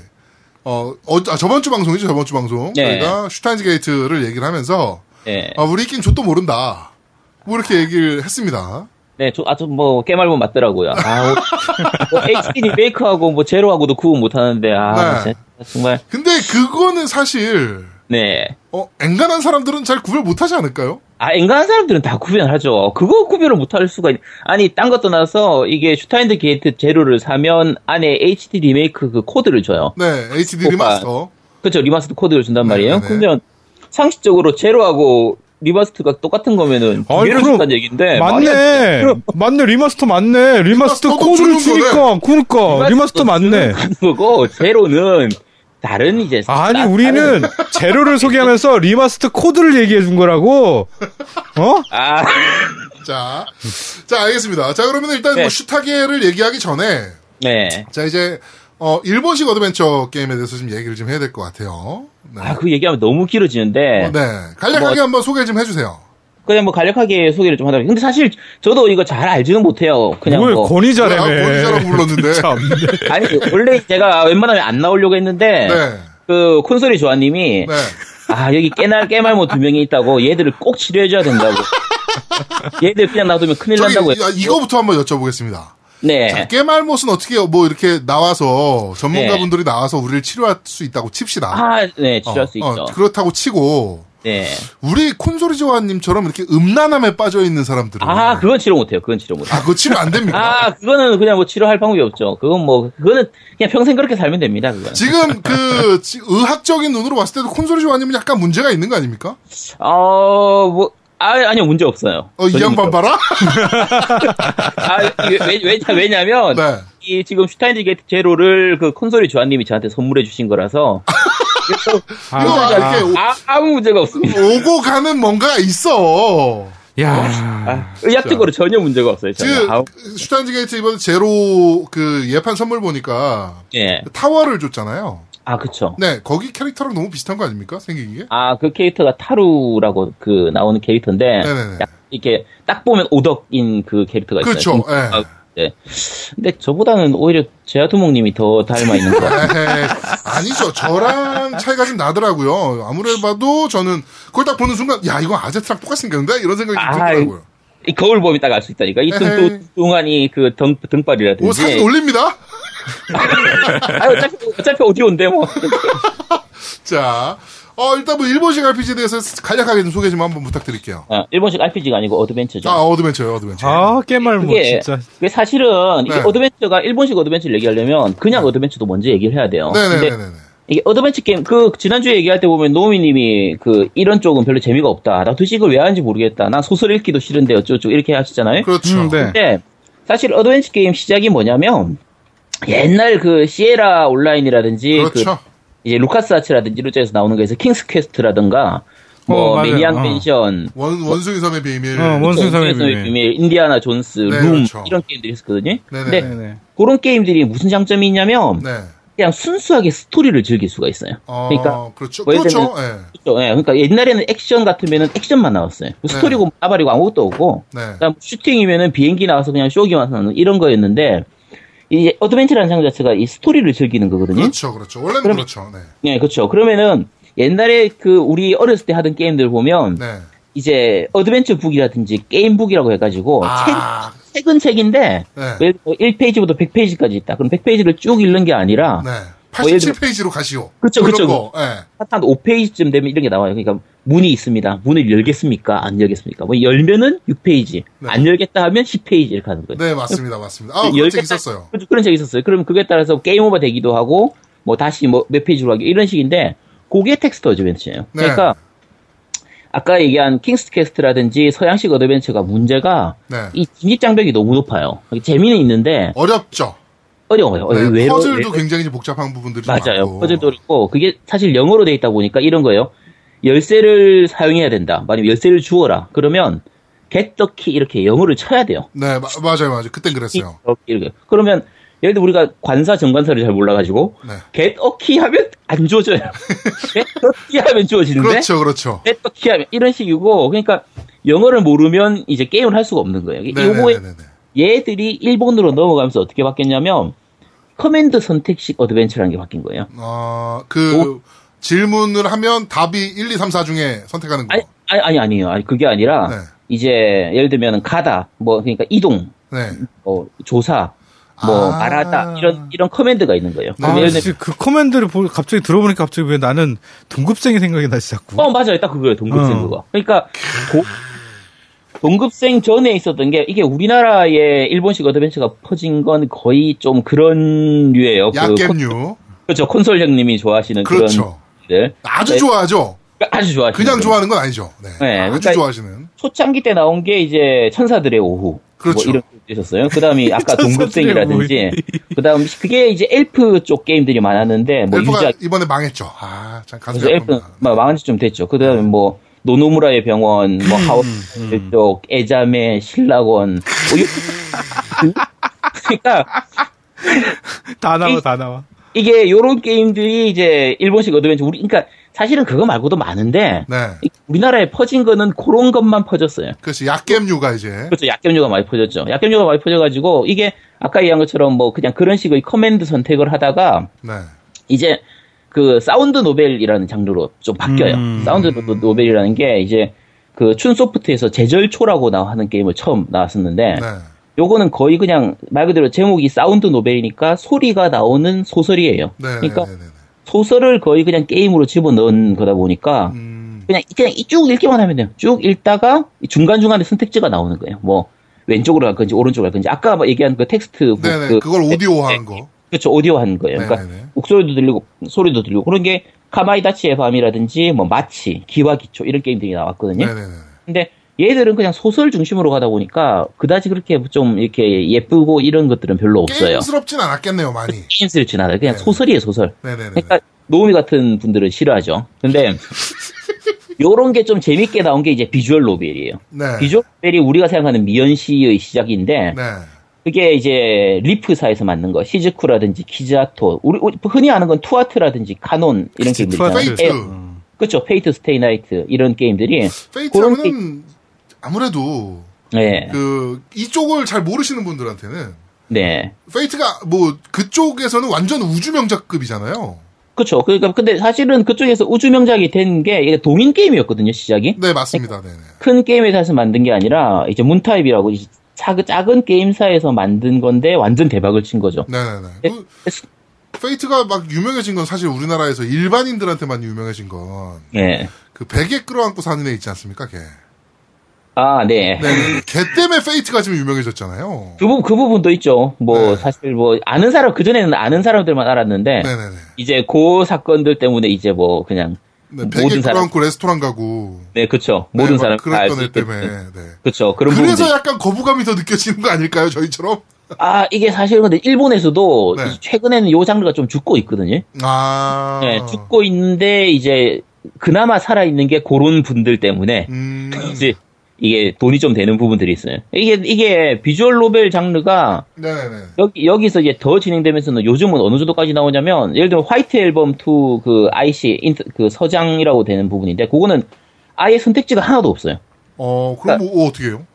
Speaker 1: 어, 어, 아, 저번 주 방송이죠, 저번 주 방송.
Speaker 3: 네.
Speaker 1: 저희가 슈타인즈 게이트를 얘기를 하면서,
Speaker 3: 네.
Speaker 2: 어.
Speaker 1: 아, 우리끼리 족도 모른다. 뭐 이렇게 얘기를 했습니다.
Speaker 3: 네, 저, 아, 좀뭐 깨말본 맞더라고요. 아, 뭐, HDD 페이크하고 뭐 제로하고도 구분 못하는데,
Speaker 1: 네.
Speaker 3: 아, 진짜 정말,
Speaker 1: 근데 그거는 사실,
Speaker 3: 네.
Speaker 1: 어, 앵간한 사람들은 잘 구별 못 하지 않을까요?
Speaker 3: 아, 앵간한 사람들은 다 구별하죠. 그거 구별을 못할 수가, 있... 아니, 딴 것 떠나서, 이게 슈타인드 게이트 제로를 사면, 안에 HD 리메이크 그 코드를 줘요.
Speaker 1: 네, HD
Speaker 3: 오빠.
Speaker 1: 리마스터.
Speaker 3: 그쵸, 리마스터 코드를 준단
Speaker 1: 네,
Speaker 3: 말이에요.
Speaker 1: 네, 네.
Speaker 3: 그러면, 상식적으로 제로하고 리마스터가 똑같은 거면은,
Speaker 2: 아이,
Speaker 3: 구별을
Speaker 2: 그럼-
Speaker 3: 준다는 얘기인데, 말이 안 돼.
Speaker 2: 맞네. 맞네. 리마스터 맞네. 리마스터
Speaker 1: 리마스터도 주는
Speaker 2: 코드를 주니까. 그러니까. 리마스터 맞네.
Speaker 3: 하는 거고, 제로는, 다른 이제.
Speaker 2: 아니
Speaker 3: 다-
Speaker 2: 우리는 재료를 소개하면서 리마스터 코드를 얘기해 준 거라고. 어?
Speaker 3: 아,
Speaker 1: 자, 자, 알겠습니다. 자, 그러면 일단
Speaker 3: 네.
Speaker 1: 뭐 슈타게를 얘기하기 전에,
Speaker 3: 네.
Speaker 1: 자, 이제, 어, 일본식 어드벤처 게임에 대해서 좀 얘기를 좀 해야 될 것 같아요. 네.
Speaker 3: 아, 그 얘기하면 너무 길어지는데.
Speaker 1: 어, 네. 간략하게
Speaker 3: 뭐
Speaker 1: 한번 소개 좀 해주세요.
Speaker 3: 그냥 뭐 간략하게 소개를 좀 하다가. 근데 사실 저도 이거 잘 알지는 못해요. 그냥
Speaker 2: 뭘
Speaker 3: 뭐.
Speaker 2: 권위자라며.
Speaker 1: 뭐야, 권위자라고 불렀는데.
Speaker 2: 참.
Speaker 3: 아니 그 원래 제가 웬만하면 안 나오려고 했는데
Speaker 1: 네.
Speaker 3: 그 콘솔이 조아님이
Speaker 1: 네.
Speaker 3: 아 여기 깨날 깨말모 두 명이 있다고 얘들을 꼭 치료해줘야 된다고 얘들 그냥 놔두면 큰일
Speaker 1: 저기,
Speaker 3: 난다고
Speaker 1: 야, 아, 이거부터 한번 여쭤보겠습니다. 자,
Speaker 3: 네
Speaker 1: 깨말못은 어떻게 뭐 이렇게 나와서 전문가분들이 나와서 우리를 치료할 수 있다고 칩시다.
Speaker 3: 아, 네, 치료할
Speaker 1: 어,
Speaker 3: 수 있죠.
Speaker 1: 어, 그렇다고 치고
Speaker 3: 네.
Speaker 1: 우리 콘소리조아님처럼 이렇게 음란함에 빠져 있는 사람들은
Speaker 3: 아, 그건 치료 못해요. 그건 치료 못해요.
Speaker 1: 아, 그거 치료 안 됩니까?
Speaker 3: 아, 그거는 그냥 뭐 치료할 방법이 없죠. 그건 뭐, 그거는 그냥 평생 그렇게 살면 됩니다. 그거는.
Speaker 1: 지금 그 지- 의학적인 눈으로 봤을 때도 콘소리조아님은 약간 문제가 있는 거 아닙니까?
Speaker 3: 어, 뭐, 아, 아니요, 문제 없어요.
Speaker 1: 어, 이
Speaker 3: 전혀
Speaker 1: 양반
Speaker 3: 문제
Speaker 1: 봐라.
Speaker 3: 없어요. 아, 이게 왜, 왜, 왜냐면,
Speaker 1: 네.
Speaker 3: 이 지금 슈타인즈 게이트 제로를 그 콘솔이 조아님이 저한테 선물해 주신 거라서
Speaker 1: 이거 이렇게
Speaker 3: 아, 아무 문제가 없습니다.
Speaker 1: 오- 오고 가는 뭔가가 있어.
Speaker 4: 야,
Speaker 3: 아, 의학적으로 전혀 문제가 없어요. 저는. 아우,
Speaker 1: 그 슈타인즈 게이트 이번 제로 그 예판 선물 보니까
Speaker 3: 예.
Speaker 1: 타워를 줬잖아요.
Speaker 3: 아, 그쵸.
Speaker 1: 네, 거기 캐릭터랑 너무 비슷한 거 아닙니까? 생긴 게?
Speaker 3: 아, 그 캐릭터가 타루라고 그 나오는 캐릭터인데,
Speaker 1: 네네네.
Speaker 3: 약- 이렇게 딱 보면 오덕인 그 캐릭터가 있어요.
Speaker 1: 그렇죠.
Speaker 3: 진-
Speaker 1: 예.
Speaker 3: 아, 네. 근데 저보다는 오히려 제아두목님이 더 닮아있는 것 같아요.
Speaker 1: 에헤, 아니죠. 저랑 차이가 좀 나더라고요. 아무래도 봐도 저는 그걸 딱 보는 순간, 야, 이건 아제트랑 똑같이 생겼는데? 이런 생각이 좀
Speaker 3: 아이,
Speaker 1: 들더라고요.
Speaker 3: 이 거울 범이 딱 알 수 있다니까. 이
Speaker 1: 에헤이.
Speaker 3: 뚱뚱한 이그 등발이라든지.
Speaker 1: 오, 사진 올립니다.
Speaker 3: 아, 어차피, 어차피 오디오인데 뭐.
Speaker 1: 자, 어, 일단 뭐 일본식 RPG에 대해서 간략하게 좀 소개 좀 한번 부탁드릴게요.
Speaker 3: 아, 일본식 RPG가 아니고 어드벤처죠.
Speaker 1: 아, 어드벤처요, 어드벤처.
Speaker 4: 아 깨말 뭐
Speaker 3: 그게,
Speaker 4: 진짜.
Speaker 3: 그게 사실은 이게
Speaker 1: 네.
Speaker 3: 어드벤처가 일본식 어드벤처를 얘기하려면 그냥 어드벤처도 먼저 얘기를 해야 돼요. 아, 근데
Speaker 1: 네네네네.
Speaker 3: 이게 어드벤처 게임 그 지난주에 얘기할 때 보면 노미님이 그 이런 쪽은 별로 재미가 없다. 나 도대체 이걸 왜 하는지 모르겠다. 난 소설 읽기도 싫은데 어쩌고저쩌고 이렇게 하시잖아요.
Speaker 1: 그렇죠.
Speaker 4: 음, 네.
Speaker 3: 근데 사실 어드벤처 게임 시작이 뭐냐면 옛날 그 시에라 온라인이라든지 그
Speaker 1: 그렇죠.
Speaker 3: 이제 루카스 아츠라든지 이런 쪽에서 나오는 거에서 킹스 퀘스트라든가
Speaker 4: 어,
Speaker 3: 뭐
Speaker 4: 맞아요.
Speaker 3: 매니앙
Speaker 4: 어.
Speaker 3: 펜션 네,
Speaker 1: 원, 원숭이 섬의 비밀.
Speaker 4: 어, 원숭이상의
Speaker 3: 비밀.
Speaker 4: 비밀.
Speaker 3: 인디아나 존스,
Speaker 1: 네,
Speaker 3: 룸
Speaker 1: 그렇죠.
Speaker 3: 이런 게임들이 있었거든요.
Speaker 1: 네네네.
Speaker 3: 근데
Speaker 4: 네네.
Speaker 3: 그런 게임들이 무슨 장점이 있냐면
Speaker 1: 네.
Speaker 3: 그냥 순수하게 스토리를 즐길 수가 있어요.
Speaker 1: 어,
Speaker 3: 그러니까
Speaker 1: 그렇죠.
Speaker 3: 뭐 예를
Speaker 1: 그렇죠. 예.
Speaker 3: 그렇죠. 예, 그러니까 옛날에는 액션 같으면은 액션만 나왔어요. 뭐
Speaker 1: 네.
Speaker 3: 스토리고 아발이고 아무것도 없고
Speaker 1: 네.
Speaker 3: 그다음 슈팅이면은 비행기 나와서 그냥 쇼기만 하는 이런 거였는데 이제 어드벤처라는 장르 자체가 이 스토리를 즐기는 거거든요.
Speaker 1: 그렇죠, 그렇죠. 원래는
Speaker 3: 그럼-
Speaker 1: 그렇죠. 네.
Speaker 3: 예, 그렇죠. 그러면은 옛날에 그 우리 어렸을 때 하던 게임들 보면
Speaker 1: 네.
Speaker 3: 이제 어드벤처 북이라든지 게임 북이라고 해가지고
Speaker 1: 아,
Speaker 3: 책, 책은 책인데
Speaker 1: 네.
Speaker 3: 예를 들어 1페이지부터 100페이지까지 있다. 그럼 100페이지를 쭉 읽는 게 아니라
Speaker 1: 네.
Speaker 3: 뭐 예를 들어-
Speaker 1: 87페이지로 가시오.
Speaker 3: 그쵸,
Speaker 1: 뭐
Speaker 3: 그쵸.
Speaker 1: 이런 거. 예.
Speaker 3: 한 5페이지쯤 되면 이런 게 나와요. 그러니까 문이 있습니다. 문을 열겠습니까? 안 열겠습니까? 뭐 열면은 6페이지,
Speaker 1: 네.
Speaker 3: 안 열겠다 하면 10페이지 이렇게 하는 거예요.
Speaker 1: 네, 맞습니다. 맞습니다. 아, 그런
Speaker 3: 열겠다-
Speaker 1: 책 있었어요.
Speaker 3: 그런- 그런 적이 있었어요. 그럼 그에 따라서 게임 오버 되기도 하고 뭐 다시 뭐 몇 페이지로 하기 이런 식인데 그게 텍스트 어드벤처예요.
Speaker 1: 네.
Speaker 3: 그러니까 아까 얘기한 킹스 캐스트라든지 서양식 어드벤처가 문제가
Speaker 1: 네.
Speaker 3: 이 진입 장벽이 너무 높아요. 재미는 있는데
Speaker 1: 어렵죠.
Speaker 3: 어려워요.
Speaker 1: 네,
Speaker 3: 외로-
Speaker 1: 퍼즐도 굉장히 복잡한 부분들이 좀
Speaker 3: 맞아요.
Speaker 1: 많고.
Speaker 3: 퍼즐도 그렇고 그게 사실 영어로 돼 있다 보니까 이런 거예요. 열쇠를 사용해야 된다. 만약 열쇠를 주어라. 그러면 get the key 이렇게 영어를 쳐야 돼요.
Speaker 1: 네, 마- 맞아요, 맞아요. 그땐 그랬어요.
Speaker 3: 이렇게. 그러면 예를 들어 우리가 관사 정관사를 잘 몰라가지고
Speaker 1: 네.
Speaker 3: get a key 하면 안 주어져요. get a key 하면 주어지는데
Speaker 1: 그렇죠, 그렇죠.
Speaker 3: get a key 하면 이런 식이고 그러니까 영어를 모르면 이제 게임을 할 수가 없는 거예요. 요거에
Speaker 1: 네네네네.
Speaker 3: 얘들이 일본으로 넘어가면서 어떻게 바뀌었냐면 커맨드 선택식 어드벤처라는 게 바뀐 거예요.
Speaker 1: 어, 그 질문을 하면 답이 1, 2, 3, 4 중에 선택하는 거.
Speaker 3: 아니 아니 아니 아니에요. 아니 그게 아니라
Speaker 1: 네.
Speaker 3: 이제 예를 들면 가다 뭐 그러니까 이동
Speaker 1: 네.
Speaker 3: 뭐 조사 뭐
Speaker 1: 아.
Speaker 3: 말하다 이런 이런 커맨드가 있는 거예요.
Speaker 1: 네.
Speaker 3: 그럼
Speaker 4: 아,
Speaker 3: 예를
Speaker 4: 씨,
Speaker 3: 들면
Speaker 4: 그 커맨드를 보, 갑자기 들어보니까 갑자기 왜 나는 동급생이 생각이 나지 자꾸.
Speaker 3: 어 맞아요 딱 그거예요 동급생
Speaker 4: 어.
Speaker 3: 그거. 그러니까 도- 동급생 전에 있었던 게 이게 우리나라의 일본식 어드벤처가 퍼진 건 거의 좀 그런 류예요. 그 콘,
Speaker 1: 약겜류.
Speaker 3: 그렇죠 콘솔 형님이 좋아하시는
Speaker 1: 그렇죠.
Speaker 3: 그런 들
Speaker 1: 아주
Speaker 3: 네.
Speaker 1: 좋아하죠.
Speaker 3: 아주 좋아하시는
Speaker 1: 그냥
Speaker 3: 거.
Speaker 1: 좋아하는 건 아니죠. 네.
Speaker 3: 네,
Speaker 1: 아주
Speaker 3: 그러니까
Speaker 1: 좋아하시는.
Speaker 3: 초창기 때 나온 게 이제 천사들의 오후.
Speaker 1: 그렇죠.
Speaker 3: 뭐 이런 게 있었어요. 그 다음이 아까
Speaker 4: 천사들의
Speaker 3: 동급생이라든지, 그 다음, 그게 이제 엘프 쪽 게임들이 많았는데, 뭐
Speaker 1: 엘프가
Speaker 3: 유작,
Speaker 1: 이번에 망했죠. 아, 참
Speaker 3: 그래서
Speaker 1: 가슴이
Speaker 3: 엘프는
Speaker 1: 아픕니다.
Speaker 3: 막 망한 지 좀 됐죠. 그 다음에 뭐, 노노무라의 병원, 뭐,
Speaker 1: 음,
Speaker 3: 하우스 쪽, 애자매, 신라곤. 뭐 이런- 그러니까,
Speaker 4: 다 나와,
Speaker 3: 에이.
Speaker 4: 다 나와.
Speaker 3: 이게 요런 게임들이 이제 일본식 어드벤처, 우리, 그러니까 사실은 그거 말고도 많은데,
Speaker 1: 네.
Speaker 3: 우리나라에 퍼진 거는 그런 것만 퍼졌어요.
Speaker 1: 그렇지. 약겜류가 이제.
Speaker 3: 그렇죠. 약겸류가 많이 퍼졌죠. 약겸류가 많이 퍼져가지고 이게 아까 얘기한 것처럼 뭐 그냥 그런 식의 커맨드 선택을 하다가
Speaker 1: 네.
Speaker 3: 이제 그 사운드 노벨이라는 장르로 좀 바뀌어요.
Speaker 4: 음.
Speaker 3: 사운드 노- 노벨이라는 게 이제 그 춘소프트에서 제절초라고 나 하는 게임을 처음 나왔었는데
Speaker 1: 네.
Speaker 3: 요거는 거의 그냥 말 그대로 제목이 사운드 노벨이니까 소리가 나오는 소설이에요.
Speaker 1: 네.
Speaker 3: 그러니까
Speaker 1: 네. 네. 네.
Speaker 3: 소설을 거의 그냥 게임으로 집어넣은 거다 보니까
Speaker 1: 음.
Speaker 3: 그냥 그냥 이쭉 읽기만 하면 돼요. 쭉 읽다가 중간 중간에 선택지가 나오는 거예요. 뭐 왼쪽으로 갈 건지 오른쪽으로 갈 건지 아까 막 얘기한 그 텍스트 그-
Speaker 1: 네네.
Speaker 3: 그,
Speaker 1: 그걸 오디오화한 거.
Speaker 3: 그렇죠 오디오 하는 거예요. 그러니까
Speaker 1: 네네네.
Speaker 3: 목소리도 들리고 소리도 들리고 그런 게 카마이다치의 밤이라든지 뭐 마치 기와 기초 이런 게임들이 나왔거든요.
Speaker 1: 네네네.
Speaker 3: 근데 얘들은 그냥 소설 중심으로 가다 보니까 그다지 그렇게 좀 이렇게 예쁘고 이런 것들은 별로 없어요.
Speaker 1: 게임스럽진 않았겠네요, 많이.
Speaker 3: 게임스를 지나다 그냥
Speaker 1: 네.
Speaker 3: 소설이에요 소설.
Speaker 1: 네네네.
Speaker 3: 그러니까 노우미 같은 분들은 싫어하죠. 근데 요런 게 좀 재밌게 나온 게 이제 비주얼 노벨이에요.
Speaker 1: 네.
Speaker 3: 비주얼 노벨이 우리가 생각하는 미연 씨의 시작인데
Speaker 1: 네.
Speaker 3: 그게 이제 리프사에서 만든 거 시즈쿠라든지 키자토 우리, 우리 흔히 아는 건 투아트라든지 카논 이런
Speaker 4: 그치,
Speaker 3: 게임들
Speaker 4: 투아트.
Speaker 3: 있잖아요.
Speaker 1: 페이트.
Speaker 3: 예, 그렇죠. 페이트 스테이 나이트 이런 게임들이
Speaker 1: 페이트
Speaker 3: 그런
Speaker 1: 하면은 아무래도
Speaker 3: 네.
Speaker 1: 그 이쪽을 잘 모르시는 분들한테는
Speaker 3: 네.
Speaker 1: 페이트가 뭐 그쪽에서는 완전 우주 명작급이잖아요.
Speaker 3: 그렇죠. 그러니까 근데 사실은 그쪽에서 우주 명작이 된 게 동인 게임이었거든요, 시작이.
Speaker 1: 네 맞습니다. 네네.
Speaker 3: 큰 게임회사에서 만든 게 아니라 이제 문타입이라고 이 작- 작은 게임사에서 만든 건데 완전 대박을 친 거죠.
Speaker 1: 네네네.
Speaker 3: 예.
Speaker 1: 그 페이트가 막 유명해진 건 사실 우리나라에서 일반인들한테만 유명해진 건 그
Speaker 3: 예.
Speaker 1: 베개 끌어안고 사는 애 있지 않습니까? 걔.
Speaker 3: 아,
Speaker 1: 네.
Speaker 3: 네.
Speaker 1: 걔 때문에 페이트가 지금 유명해졌잖아요.
Speaker 3: 그, 부, 그 부분도 있죠. 뭐,
Speaker 1: 네.
Speaker 3: 사실 뭐, 아는 사람, 그전에는 아는 사람들만 알았는데,
Speaker 1: 네네네.
Speaker 3: 이제 그 사건들 때문에 이제 뭐, 그냥,
Speaker 1: 네, 베개
Speaker 3: 모든 사람.
Speaker 1: 끌어안고 레스토랑 가고.
Speaker 3: 네, 그쵸.
Speaker 1: 네,
Speaker 3: 모든
Speaker 1: 막
Speaker 3: 사람 다
Speaker 1: 그랬던
Speaker 3: 알수
Speaker 1: 애
Speaker 3: 있게.
Speaker 1: 때문에. 네.
Speaker 3: 그쵸. 그런
Speaker 1: 그래서
Speaker 3: 부분들.
Speaker 1: 약간 거부감이 더 느껴지는 거 아닐까요? 저희처럼?
Speaker 3: 아, 이게 사실 근데 일본에서도
Speaker 1: 네.
Speaker 3: 이- 최근에는 요 장르가 좀 죽고 있거든요.
Speaker 1: 아.
Speaker 3: 네, 죽고 있는데, 이제, 그나마 살아있는 게 그런 분들 때문에,
Speaker 1: 음.
Speaker 3: 이제 네. 이게 돈이 좀 되는 부분들이 있어요. 이게 이게 비주얼 노벨 장르가
Speaker 1: 네네네.
Speaker 3: 여기 여기서 이제 더 진행되면서는 요즘은 어느 정도까지 나오냐면 예를 들면 화이트 앨범 2 그 IC 인트, 그 서장이라고 되는 부분인데 그거는 아예 선택지가 하나도 없어요.
Speaker 1: 어, 그럼
Speaker 3: 그러니까
Speaker 1: 뭐, 어, 어떻게 해요?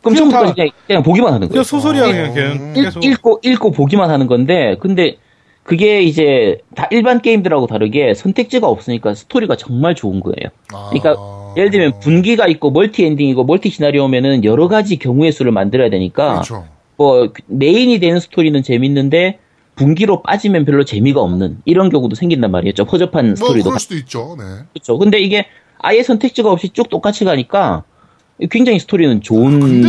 Speaker 3: 그럼
Speaker 2: 그냥
Speaker 3: 처음부터
Speaker 2: 다-
Speaker 3: 그냥, 그냥 보기만 하는
Speaker 2: 그냥
Speaker 3: 거예요.
Speaker 2: 소설이야
Speaker 1: 어.
Speaker 2: 그냥 걔는.
Speaker 3: 읽,
Speaker 2: 계속.
Speaker 3: 읽고 읽고 보기만 하는 건데 근데 그게 이제 다 일반 게임들하고 다르게 선택지가 없으니까 스토리가 정말 좋은 거예요.
Speaker 1: 아.
Speaker 3: 그러니까 예를 들면 분기가 있고 멀티 엔딩이고 멀티 시나리오면은 여러 가지 경우의 수를 만들어야 되니까
Speaker 1: 그렇죠.
Speaker 3: 뭐 메인이 되는 스토리는 재밌는데 분기로 빠지면 별로 재미가 없는 이런 경우도 생긴단 말이었죠. 허접한
Speaker 1: 뭐,
Speaker 3: 스토리도
Speaker 1: 그럴 수도 있죠. 네.
Speaker 3: 그렇죠. 근데 이게 아예 선택지가 없이 쭉 똑같이 가니까 굉장히 스토리는 좋은
Speaker 1: 근데,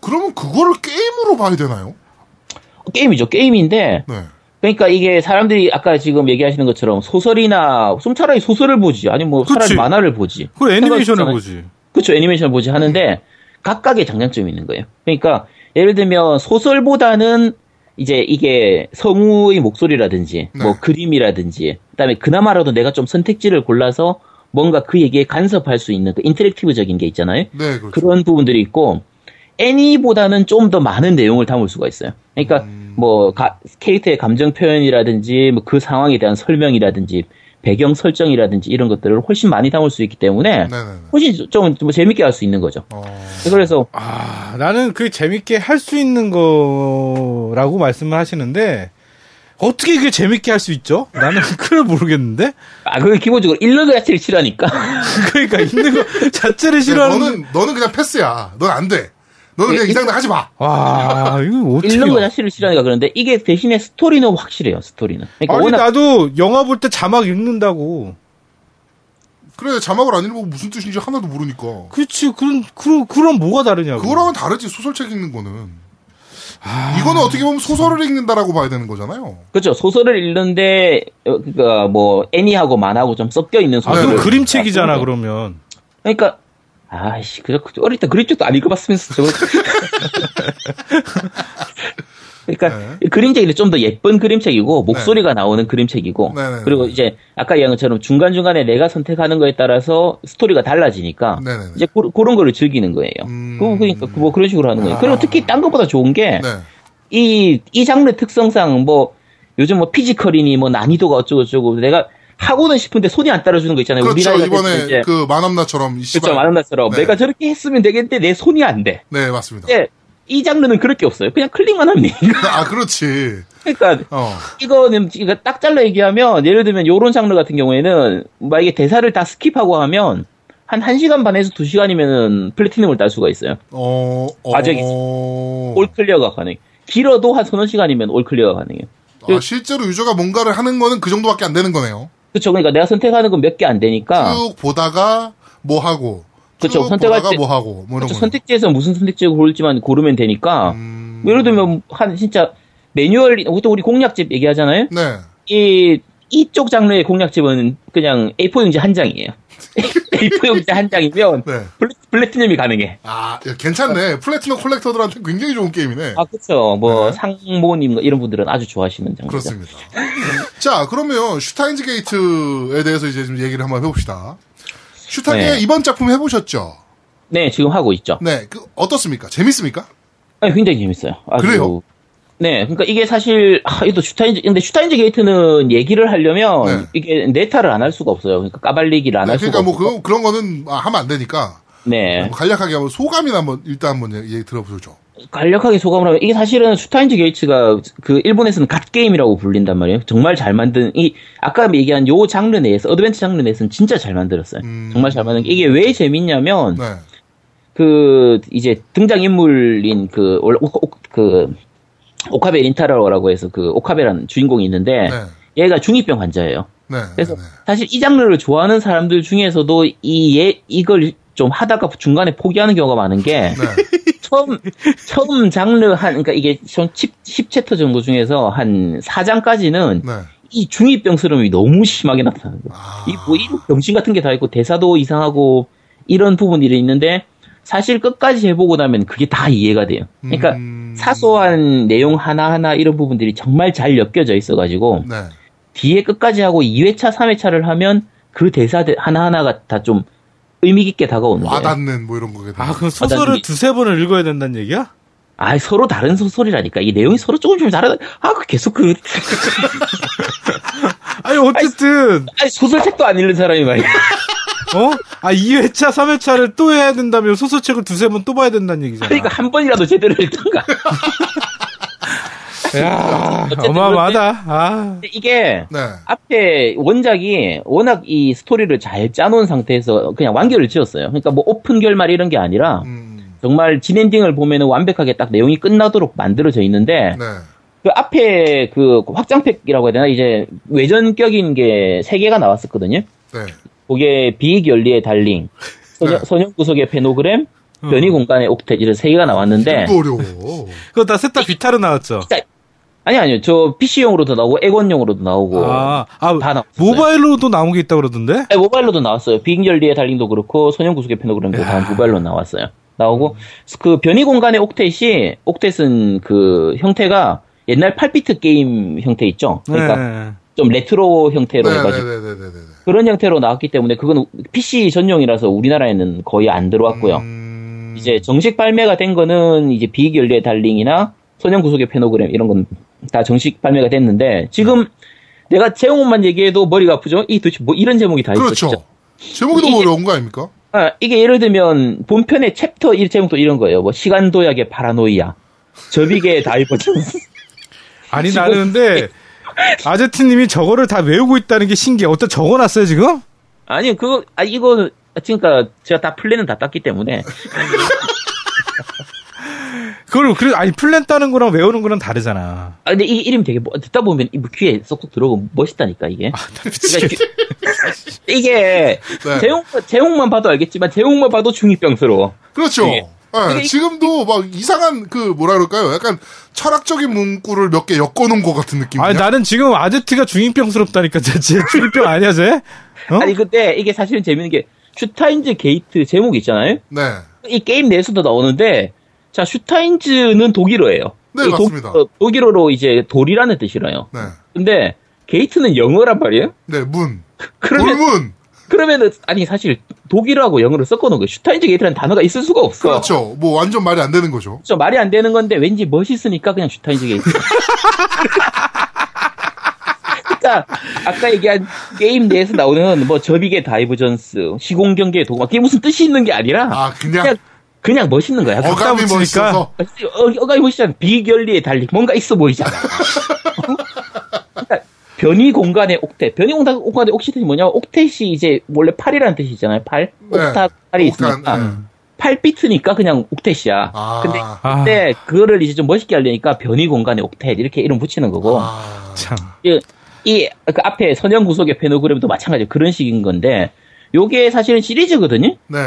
Speaker 1: 그러면 그거를 게임으로 봐야 되나요?
Speaker 3: 게임이죠. 게임인데
Speaker 1: 네.
Speaker 3: 그러니까 이게 사람들이 아까 지금 얘기하시는 것처럼 소설이나 좀 차라리 소설을 보지 아니면 뭐 차라리
Speaker 4: 그치.
Speaker 3: 만화를 보지
Speaker 4: 그걸 애니메이션을
Speaker 3: 생각했잖아요.
Speaker 4: 보지.
Speaker 3: 그렇죠. 애니메이션을 보지 하는데 각각의 장단점이 있는 거예요. 그러니까 예를 들면 소설보다는 이제 이게 성우의 목소리라든지
Speaker 1: 네.
Speaker 3: 뭐 그림이라든지 그다음에 그나마라도 내가 좀 선택지를 골라서 뭔가 그 얘기에 간섭할 수 있는 그 인터랙티브적인 게 있잖아요.
Speaker 1: 네, 그렇죠.
Speaker 2: 음.
Speaker 3: 그런 부분들이 있고 애니보다는 좀 더 많은 내용을 담을 수가 있어요. 그러니까 뭐 가- 캐릭터의 감정 표현이라든지 뭐 그 상황에 대한 설명이라든지 배경 설정이라든지 이런 것들을 훨씬 많이 담을 수 있기 때문에
Speaker 1: 네네네.
Speaker 3: 훨씬 좀, 좀 재밌게 할 수 있는 거죠.
Speaker 1: 어,
Speaker 3: 그래서
Speaker 2: 아, 나는 그 재밌게 할 수 있는 거라고 말씀을 하시는데 어떻게 그게 재밌게 할 수 있죠? 나는 그걸 모르겠는데.
Speaker 3: 아 그게 기본적으로 일러그 자체를 싫어하니까
Speaker 2: 그러니까 있는 거 자체를 싫어하는
Speaker 1: 네, 너는 너는 그냥 패스야. 넌 안 돼. 너는 그냥
Speaker 3: 예,
Speaker 1: 이 장난 하지 마.
Speaker 2: 와, 이거
Speaker 3: 일러그
Speaker 2: 어떻게
Speaker 3: 자체를 싫어하니까 그런데 이게 대신에 스토리는 확실해요. 스토리는 그러니까
Speaker 2: 아니
Speaker 3: 워낙
Speaker 2: 나도 영화 볼 때 자막 읽는다고.
Speaker 1: 그래 자막을 안 읽고 무슨 뜻인지 하나도 모르니까.
Speaker 2: 그렇지. 그런 그런 그런 뭐가 다르냐고.
Speaker 1: 그거랑은 다르지 소설책 읽는 거는.
Speaker 3: 아.
Speaker 1: 이거는 어떻게 보면 소설을 읽는다라고 봐야 되는 거잖아요.
Speaker 3: 그렇죠 소설을 읽는데 어, 그러니까 뭐 애니하고 만화하고 좀 섞여 있는
Speaker 2: 아,
Speaker 3: 소설.
Speaker 2: 그럼
Speaker 1: 네.
Speaker 2: 그림책이잖아, 그러면.
Speaker 3: 그러니까 아씨 그저 그 어릴 때 그림책도 안 읽어봤으면서 저걸 그러니까
Speaker 1: 네.
Speaker 3: 그림책이 좀 더 예쁜 그림책이고 목소리가 나오는 그림책이고
Speaker 1: 네, 네, 네.
Speaker 3: 그리고 이제 아까 얘기한 것처럼 중간 중간에 내가 선택하는 거에 따라서 스토리가 달라지니까
Speaker 1: 네, 네, 네.
Speaker 3: 이제 고, 그런 거를 즐기는 거예요.
Speaker 1: 음.
Speaker 3: 그, 그러니까 그뭐 그런 식으로 하는 거예요. 그리고 특히 딴 것보다 좋은 게
Speaker 1: 네.
Speaker 3: 이, 이 장르 특성상 뭐, 요즘 뭐 피지컬이니 뭐 난이도가 어쩌고저쩌고 내가 하고는 싶은데 손이 안 따라주는 거 있잖아요.
Speaker 1: 그렇죠.
Speaker 3: 네, 우리 나이가 됐을 때
Speaker 1: 이번에
Speaker 3: 이제
Speaker 1: 그 만암나처럼 이
Speaker 3: 그렇죠.
Speaker 1: 씨발.
Speaker 3: 많은 날처럼
Speaker 1: 네.
Speaker 3: 내가 저렇게 했으면 되겠는데 내 손이 안 돼.
Speaker 1: 네 맞습니다.
Speaker 3: 근데 이 장르는 그럴 게 없어요. 그냥 클릭만 하면 되니까.
Speaker 1: 아 그렇지.
Speaker 3: 그러니까
Speaker 1: 어.
Speaker 3: 이거는 그러니까 딱 잘라 얘기하면 예를 들면 요런 장르 같은 경우에는 만약에 대사를 다 스킵하고 하면 한 1시간 반에서 2시간이면은 플래티넘을 딸 수가 있어요.
Speaker 1: 어. 어.
Speaker 3: 과정이 있어. 올 클리어가 가능해. 길어도 한 서너 시간이면 올 클리어가 가능해요.
Speaker 1: 아, 실제로 유저가 뭔가를 하는 거는 그 정도밖에 안 되는 거네요.
Speaker 3: 그렇죠. 그러니까 내가 선택하는 건 몇 개 안 되니까
Speaker 1: 쭉 보다가 뭐 하고.
Speaker 3: 아. 그쵸,
Speaker 1: 쭉
Speaker 3: 선택할
Speaker 1: 보다가
Speaker 3: 때-
Speaker 1: 뭐 하고. 뭐 이런
Speaker 3: 그렇죠.
Speaker 1: 거.
Speaker 3: 선택지에서 무슨 선택지를 고를지만 고르면 되니까
Speaker 1: 음.
Speaker 3: 예를 들면 한 진짜 매뉴얼 보통 우리 공략집 얘기하잖아요.
Speaker 1: 네.
Speaker 3: 이 이쪽 장르의 공략집은 그냥 A4용지 한 장이에요. A4용지 한 장이면
Speaker 1: 네.
Speaker 3: 블- 플래티넘이 가능해.
Speaker 1: 아, 야, 괜찮네. 플래티넘 콜렉터들한테 굉장히 좋은 게임이네.
Speaker 3: 아 그렇죠. 뭐
Speaker 1: 네.
Speaker 3: 상모님 이런 분들은 아주 좋아하시는 장르죠.
Speaker 1: 그렇습니다. 자, 그러면 슈타인즈 게이트에 대해서 이제 좀 얘기를 한번 해봅시다. 슈타인의
Speaker 3: 네.
Speaker 1: 이번 작품 해보셨죠?
Speaker 3: 네 지금 하고 있죠.
Speaker 1: 네, 그 어떻습니까? 재밌습니까?
Speaker 3: 아니, 굉장히 재밌어요. 아주-
Speaker 1: 그래요?
Speaker 3: 네, 그러니까 이게 사실 아, 이도 슈타인즈 근데 슈타인즈 게이트는 얘기를 하려면
Speaker 1: 네.
Speaker 3: 이게 네타를 안 할 수가 없어요. 그러니까 까발리기를 안
Speaker 1: 네,
Speaker 3: 할 수가
Speaker 1: 그러니까 뭐
Speaker 3: 없고.
Speaker 1: 그, 그런 거는 아, 하면 안 되니까
Speaker 3: 네,
Speaker 1: 뭐 간략하게 한번 소감이나 한번 일단 한번 얘기 들어보죠.
Speaker 3: 간략하게 소감을 하면 이게 사실은 슈타인즈 게이츠가 그 일본에서는 갓 게임이라고 불린단 말이에요. 정말 잘 만든 이 아까 얘기한 요 장르 내에서 어드벤처 장르 내에서는 진짜 잘 만들었어요.
Speaker 1: 음.
Speaker 3: 정말 잘 만든 게 이게 왜 재밌냐면
Speaker 1: 네,
Speaker 3: 그 이제 등장 인물인 그 원래 오- 오- 그 오카베 린타라라고 해서 그 오카베라는 주인공이 있는데
Speaker 1: 네,
Speaker 3: 얘가 중이병 환자예요.
Speaker 1: 네, 네,
Speaker 3: 그래서
Speaker 1: 네.
Speaker 3: 사실 이 장르를 좋아하는 사람들 중에서도 이 예, 이걸 좀 하다가 중간에 포기하는 경우가 많은 게
Speaker 1: 네.
Speaker 3: 처음 처음 장르 한 그러니까 이게 전 10, 10챕터 정도 중에서 한 4장까지는
Speaker 1: 네.
Speaker 3: 이 중이병스러움이 너무 심하게 나타나는 거예요.
Speaker 1: 아,
Speaker 3: 이뭐 병신 같은 게 다 있고 대사도 이상하고 이런 부분이 있는데 사실 끝까지 해보고 나면 그게 다 이해가 돼요. 그러니까
Speaker 1: 음.
Speaker 3: 사소한 내용 하나하나 이런 부분들이 정말 잘 엮여져 있어가지고
Speaker 1: 네.
Speaker 3: 뒤에 끝까지 하고 2회차, 3회차를 하면 그 대사 하나하나가 다 좀 의미 깊게 다가오는 거예요.
Speaker 1: 와닿는 뭐 이런 거게 되네.
Speaker 2: 아, 그럼
Speaker 3: 아,
Speaker 2: 소설을
Speaker 3: 난-
Speaker 2: 두세 번을 읽어야 된다는 얘기야?
Speaker 3: 아, 서로 다른 소설이라니까. 이 내용이 서로 조금씩 다르다. 아, 그 계속 그,
Speaker 2: 아니, 어쨌든
Speaker 3: 아니, 소설책도 안 읽는 사람이 말이야.
Speaker 2: 어? 아, 2회차, 3회차를 또 해야 된다며 소설책을 두세 번 또 봐야 된다는 얘기잖아.
Speaker 3: 그러니까 한 번이라도 제대로 읽던가.
Speaker 2: 야,
Speaker 3: 어쨌든
Speaker 2: 어마어마하다. 아.
Speaker 3: 근데 이게,
Speaker 1: 네.
Speaker 3: 앞에 원작이 워낙 이 스토리를 잘 짜놓은 상태에서 그냥 완결을 지었어요. 그러니까 뭐 오픈 결말 이런 게 아니라,
Speaker 1: 음,
Speaker 3: 정말 진엔딩을 보면은 완벽하게 딱 내용이 끝나도록 만들어져 있는데,
Speaker 1: 네.
Speaker 3: 그 앞에 그 확장팩이라고 해야 되나? 이제 외전격인 게 세 개가 나왔었거든요.
Speaker 1: 네.
Speaker 3: 그게 비익연리의 달링,
Speaker 1: 네. 음.
Speaker 3: 선형 구석의 페노그램, 변이 공간의 옥텟 이런 세 개가 나왔는데
Speaker 1: 또 어려워.
Speaker 2: 그거 다 셋 다 비타르 나왔죠.
Speaker 3: 아니 아니요 저 PC용으로도 나오고 액원용으로도 나오고
Speaker 2: 아, 아
Speaker 3: 다 나왔어요.
Speaker 2: 모바일로도 나온 게 있다고 그러던데?
Speaker 3: 아니, 모바일로도 나왔어요. 비익연리의 달링도 그렇고 선형 구석의 페노그램도 다 모바일로 나왔어요. 나오고 그 변이 공간의 옥텟이 옥텟은 그 형태가 옛날 8비트 게임 형태 있죠. 그러니까
Speaker 2: 네.
Speaker 3: 좀 레트로 형태로
Speaker 1: 네,
Speaker 3: 해가지고
Speaker 1: 네, 네, 네, 네, 네.
Speaker 3: 그런 형태로 나왔기 때문에 그건 PC 전용이라서 우리나라에는 거의 안 들어왔고요.
Speaker 1: 음,
Speaker 3: 이제 정식 발매가 된 거는 이제 비익연리의 달링이나 소년 구속의 페노그램 이런 건 다 정식 발매가 됐는데 지금 내가 제목만 얘기해도 머리가 아프죠? 이 도대체 뭐 이런 제목이 다 있어.
Speaker 1: 그렇죠.
Speaker 3: 진짜.
Speaker 1: 제목이 너무
Speaker 3: 이게-
Speaker 1: 어려운 거 아닙니까?
Speaker 3: 아, 이게 예를 들면 본편의 챕터 이 제목도 이런 거예요. 뭐 시간 도약의 파라노이아, 저비계의 다이버전.
Speaker 2: 아니 나는 근데 아제트님이 저거를 다 외우고 있다는 게 신기해. 어떤 적어놨어요 지금?
Speaker 3: 아니 그거 아 이거 그러니까 제가 다 플랜은 다 땄기 때문에
Speaker 2: 그걸 그래 아니 플랜 따는 거랑 외우는 거랑 다르잖아.
Speaker 3: 아 근데 이 이름 되게 뭐- 듣다 보면 이 귀에 쏙쏙 들어오고 멋있다니까 이게. 그러니까 귀- 이게
Speaker 1: 아, 네.
Speaker 3: 제목 제목만 봐도 알겠지만 제목만 봐도 중이병스러워.
Speaker 1: 그렇죠.
Speaker 3: 네.
Speaker 1: 예,
Speaker 3: 이게-
Speaker 1: 지금도 막 이상한 그 뭐라 그럴까요? 약간 철학적인 문구를 몇 개 엮어놓은 것 같은 느낌이야.
Speaker 3: 그러니까.
Speaker 2: 아니 나는 지금 아제트가 중이병스럽다니까. 쟤, 쟤 중이병 아니야 쟤? 어?
Speaker 3: 아니 근데 이게 사실은 재밌는 게 슈타인즈 게이트 제목 있잖아요.
Speaker 1: 네.
Speaker 3: 이 게임 내에서도 나오는데 자 슈타인즈는 독일어예요.
Speaker 1: 네,
Speaker 3: 이 독-
Speaker 1: 맞습니다.
Speaker 3: 어, 독일어로 이제 돌이라는 뜻이라요.
Speaker 1: 네.
Speaker 3: 근데 게이트는 영어란 말이에요.
Speaker 1: 네, 문.
Speaker 3: 그러면 어.
Speaker 1: 돌문.
Speaker 3: 그러면은 아니 사실 독일어하고 영어를 섞어놓은 거예요. 슈타인즈 게이트라는 단어가 있을 수가 없어.
Speaker 1: 그렇죠. 뭐 완전 말이 안 되는 거죠.
Speaker 3: 그렇죠. 말이 안 되는 건데 왠지 멋있으니까 그냥 슈타인즈 게이트. 그러니까 아까 얘기한 게임 내에서 나오는 뭐 저비계 다이브전스, 시공경계 도구 막 그게 무슨 뜻이 있는 게 아니라
Speaker 1: 아, 그냥
Speaker 3: 그냥 그냥 멋있는 거야.
Speaker 1: 어감이
Speaker 2: 붙이니까.
Speaker 1: 멋있어서.
Speaker 3: 어, 어감이 멋있잖아. 비결리에 달리 뭔가 있어 보이잖아. 그러니까 변이 공간의 옥텟. 변이 공간- 공간의 옥텟이 뭐냐면 옥텟이 이제 원래 팔이라는 뜻이잖아요. 팔.
Speaker 1: 네.
Speaker 3: 옥탑 팔이
Speaker 1: 옥탄,
Speaker 3: 있으니까.
Speaker 1: 네.
Speaker 3: 팔 비트니까 그냥 옥텟이야.
Speaker 1: 아.
Speaker 3: 근데
Speaker 2: 아,
Speaker 3: 그때 그거를 이제 좀 멋있게 하려니까 변이 공간의 옥텟 이렇게 이름 붙이는 거고
Speaker 1: 아,
Speaker 2: 참.
Speaker 3: 이, 이그 앞에 선형 구속의 페노그램도 마찬가지 로 그런 식인 건데 요게 사실은 시리즈거든요.
Speaker 1: 네.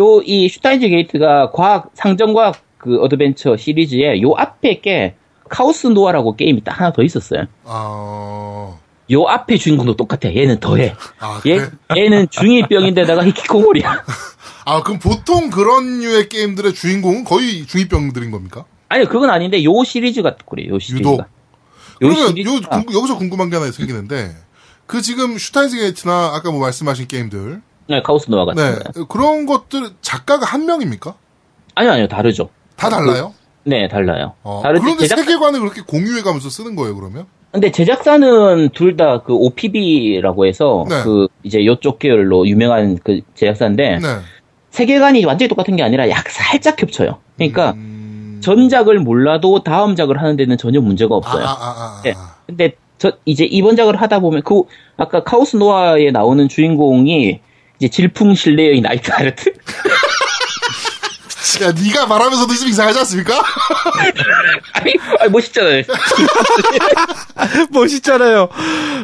Speaker 3: 요 이 슈타인즈 게이트가 과학 상정과학 그 어드벤처 시리즈에 요 앞에 게 카오스 노아라고 게임이 딱 하나 더 있었어요.
Speaker 1: 아, 어,
Speaker 3: 요 앞에 주인공도 똑같아. 얘는 더해.
Speaker 1: 아,
Speaker 3: 얘,
Speaker 1: 그래?
Speaker 3: 얘는 중이병인데다가 히키코모리야.
Speaker 1: 아, 그럼 보통 그런 류의 게임들의 주인공은 거의 중2병들인 겁니까?
Speaker 3: 아니 그건 아닌데 요 시리즈가 그래요. 요 시리즈가. 요
Speaker 1: 그러면 요,
Speaker 3: 시리즈가.
Speaker 1: 궁- 여기서 궁금한 게 하나 생기는데, 그 지금 슈타인즈 게이트나 아까 뭐 말씀하신 게임들,
Speaker 3: 네, 카오스 노아 같은
Speaker 1: 네.
Speaker 3: 거요
Speaker 1: 그런 것들 작가가 한 명입니까?
Speaker 3: 아니요 아니요 다르죠.
Speaker 1: 다 달라요?
Speaker 3: 네, 달라요.
Speaker 1: 어,
Speaker 3: 다른데
Speaker 1: 그런데
Speaker 3: 제작
Speaker 1: 세계관을 그렇게 공유해가면서 쓰는 거예요, 그러면?
Speaker 3: 근데 제작사는 둘 다 그 OPB라고 해서
Speaker 1: 네.
Speaker 3: 그 이제 요쪽 계열로 유명한 그 제작사인데
Speaker 1: 네.
Speaker 3: 세계관이 완전히 똑같은 게 아니라 약 살짝 겹쳐요. 그러니까
Speaker 1: 음.
Speaker 3: 전작을 몰라도 다음 작을 하는 데는 전혀 문제가
Speaker 1: 아, 아,
Speaker 3: 없어요.
Speaker 1: 아, 아,
Speaker 3: 네.
Speaker 1: 아.
Speaker 3: 근데 저 이제 이번 작을 하다 보면 그 아까 카오스 노아에 나오는 주인공이 이제 질풍신뢰의 나이트 아르트
Speaker 1: 야, 네가 말하면서도 좀 이상하지 않습니까?
Speaker 3: 아니, 아니 멋있잖아요.
Speaker 2: 멋있잖아요.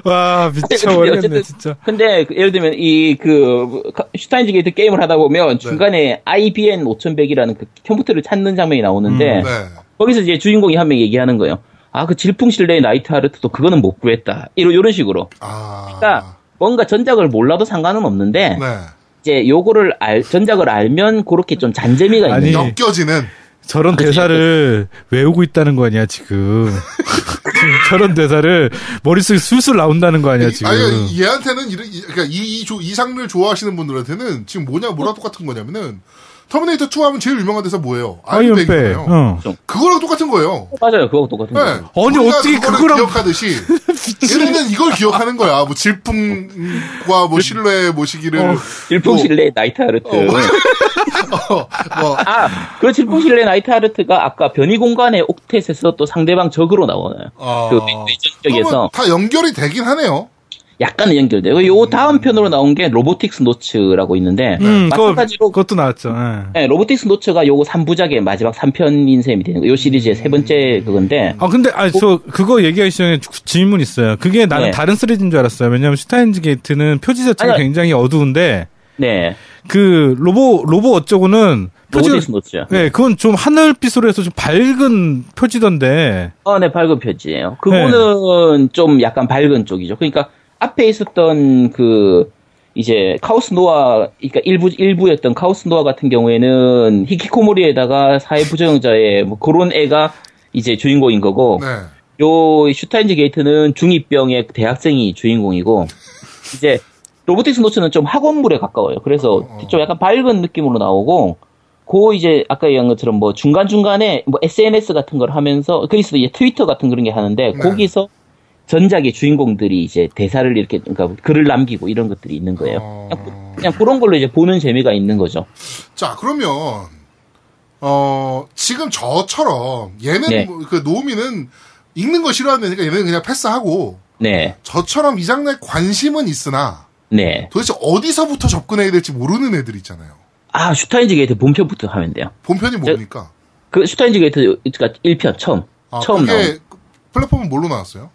Speaker 2: 와
Speaker 3: 근데
Speaker 2: 미쳐버렸네
Speaker 3: 어쨌든-
Speaker 2: 진짜.
Speaker 3: 근데 그 예를 들면 이 그 슈타인즈 게이트 게임을 하다 보면 중간에 IBN 5100이라는 그 컴퓨터를 찾는 장면이 나오는데
Speaker 1: 네.
Speaker 3: 거기서 이제 주인공이 한 명이 얘기하는 거예요. 아, 그 질풍실레의 나이트 하르트도 그거는 못 구했다. 이런, 이런 식으로.
Speaker 1: 아.
Speaker 3: 그러니까 뭔가 전작을 몰라도 상관은 없는데,
Speaker 1: 네.
Speaker 3: 이제 요거를 알, 전작을 알면 그렇게 좀 잔재미가
Speaker 2: 아니,
Speaker 3: 있는.
Speaker 1: 엮여지는.
Speaker 2: 저런 대사를 외우고 있다는 거 아니야 지금? 지금 저런 대사를 머릿속에 술술 나온다는 거 아니야 지금?
Speaker 1: 아니, 얘한테는, 이런- 이, 그러니까 이, 이, 조- 이 장르를 좋아하시는 분들한테는 지금 뭐냐, 뭐랑 똑같은 거냐면은, 터미네이터 2 하면 제일 유명한 데서 뭐예요?
Speaker 2: 아이언백.
Speaker 1: 아이언백이잖아요.
Speaker 2: 어.
Speaker 1: 그거랑 똑같은 거예요.
Speaker 3: 맞아요. 그거하고 똑같은
Speaker 1: 네.
Speaker 3: 거예요.
Speaker 2: 아니,
Speaker 1: 우리가
Speaker 2: 어떻게
Speaker 1: 그거를
Speaker 2: 그거랑-
Speaker 1: 기억하듯이 얘네는 이걸 기억하는 거야. 뭐 질풍과
Speaker 2: 그
Speaker 1: 뭐 신뢰 모시기를
Speaker 2: 어.
Speaker 3: 질풍실레의 나이트 하르트.
Speaker 1: 뭐, 뭐
Speaker 3: 아, 그 질풍실레의 나이트 하르트가 아까 변이 공간의 옥텟에서 또 상대방 적으로 나오나요?
Speaker 1: 어,
Speaker 3: 그 레전 쪽에서
Speaker 1: 그러면 다 연결이 되긴 하네요.
Speaker 3: 약간은 연결돼요. 요 다음 편으로 나온 게 로보틱스 노츠라고 있는데
Speaker 2: 음, 그거,
Speaker 3: 마찬가지로
Speaker 2: 그것도 나왔죠. 예.
Speaker 3: 네, 로보틱스 노츠가 요거 3부작의 마지막 3편인 셈이 되는 거예요. 요 시리즈의 세 번째 그건데.
Speaker 2: 아 근데 아니 저 그거 얘기하기 전에 주- 질문 있어요. 그게 나는
Speaker 3: 네.
Speaker 2: 다른 시리즈인 줄 알았어요. 왜냐하면 슈타인즈 게이트는 표지 자체가
Speaker 3: 아니,
Speaker 2: 굉장히 어두운데
Speaker 3: 네.
Speaker 2: 그 로보 로보 어쩌고는
Speaker 3: 로보틱스
Speaker 2: 표지
Speaker 3: 노츠.
Speaker 2: 네, 그건 좀 하늘빛으로 해서 좀 밝은 표지던데.
Speaker 3: 어, 네, 밝은 편지예요. 그거는
Speaker 2: 네.
Speaker 3: 좀 약간 밝은 쪽이죠. 그러니까 앞에 있었던 그 이제 카오스 노아 그러니까 일부 일부였던 카오스 노아 같은 경우에는 히키코모리에다가 사회 부정자의 뭐 그런 애가 이제 주인공인 거고
Speaker 1: 네.
Speaker 3: 요 슈타인즈 게이트는 중2병의 대학생이 주인공이고 이제 로보틱스 노츠는 좀 학원물에 가까워요. 그래서
Speaker 1: 어, 어.
Speaker 3: 좀 약간 밝은 느낌으로 나오고 그 이제 아까 얘기한 것처럼 뭐 중간 중간에 뭐 SNS 같은 걸 하면서 거기서 이제 트위터 같은 그런 게 하는데
Speaker 1: 네.
Speaker 3: 거기서 전작의 주인공들이 이제 대사를 이렇게 그러니까 글을 남기고 이런 것들이 있는 거예요.
Speaker 1: 어.
Speaker 3: 그냥, 그- 그냥 그런 걸로 이제 보는 재미가 있는 거죠.
Speaker 1: 자, 그러면, 어, 지금 저처럼, 얘는,
Speaker 3: 네.
Speaker 1: 뭐, 그, 노미는 읽는 거 싫어하니까 얘는 그냥 패스하고,
Speaker 3: 네,
Speaker 1: 저처럼 이 장르에 관심은 있으나,
Speaker 3: 네.
Speaker 1: 도대체 어디서부터 접근해야 될지 모르는 애들 있잖아요.
Speaker 3: 아 슈타인즈 게이트 본편부터 하면 돼요.
Speaker 1: 본편이 뭡니까?
Speaker 3: 그 슈타인즈 게이트가 1편 처음
Speaker 1: 아,
Speaker 3: 처음 나온.
Speaker 1: 그게, 플랫폼은 뭘로 나왔어요?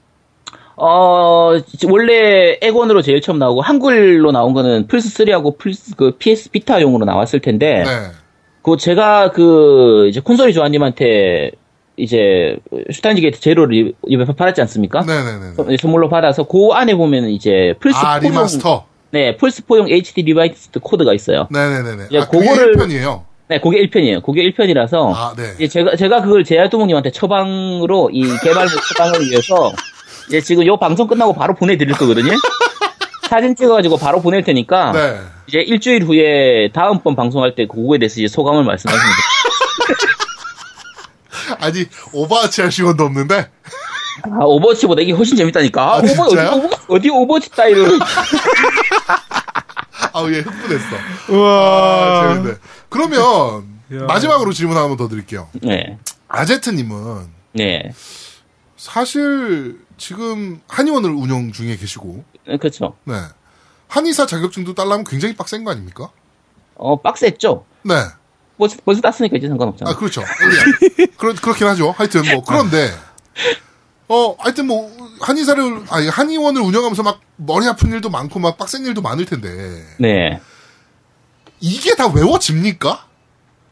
Speaker 3: 어, 원래 액원으로 제일 처음 나오고 한글로 나온 거는 플스 3하고 플스 그 PS 비타용으로 나왔을 텐데
Speaker 1: 네.
Speaker 3: 그 제가 그 이제 콘솔이 조아님한테 이제 슈타인즈 게이트 제로를 이번에 팔았지 않습니까?
Speaker 1: 네네네.
Speaker 3: 선- 선물로 받아서 그 안에 보면 이제 아, 플스
Speaker 1: 아,
Speaker 3: 4용
Speaker 1: 리마스터.
Speaker 3: 네 플스 4용 HD 리바이스 코드가 있어요.
Speaker 1: 네네네네.
Speaker 3: 이제
Speaker 1: 아, 그게
Speaker 3: 예, 그거를- 어. 예.
Speaker 1: 1편이에요.
Speaker 3: 네, 그게 1편이에요. 그게 1편이라서
Speaker 1: 아, 네.
Speaker 3: 이제 제가 제가 그걸 제아도목님한테 처방으로 이 개발부 처방을 위해서 이제 지금 요 방송 끝나고 바로 보내드릴 거거든요. 사진 찍어가지고 바로 보낼 테니까
Speaker 1: 네.
Speaker 3: 이제 일주일 후에 다음번 방송할 때 그거에 대해서 이제 소감을 말씀하시면 돼요.
Speaker 1: 아니, 오버워치 할 시간도 없는데,
Speaker 3: 아 오버워치보다 이게 훨씬 재밌다니까.
Speaker 1: 아,
Speaker 3: 오버 어디,
Speaker 1: 진짜요?
Speaker 3: 오버, 어디 오버워치 따위로
Speaker 1: 아우, 얘 흥분했어.
Speaker 2: 우와.
Speaker 1: 아, 재밌네. 그러면,
Speaker 2: 야.
Speaker 1: 마지막으로 질문 하나 더 드릴게요.
Speaker 3: 네.
Speaker 1: 아제트님은
Speaker 3: 네.
Speaker 1: 사실 지금 한의원을 운영 중에 계시고,
Speaker 3: 그렇죠.
Speaker 1: 네. 한의사 자격증도 딸라면 굉장히 빡센 거 아닙니까?
Speaker 3: 어 빡셌죠.
Speaker 1: 네.
Speaker 3: 벌써, 벌써 땄으니까 이제 상관없잖아.
Speaker 1: 아, 그렇죠. 예. 그렇, 그렇긴 하죠. 하여튼 뭐, 그런데, 어, 하여튼 뭐, 한의사를, 아니, 한의원을 운영하면서 막 머리 아픈 일도 많고 막 빡센 일도 많을 텐데,
Speaker 3: 네.
Speaker 1: 이게 다 외워집니까?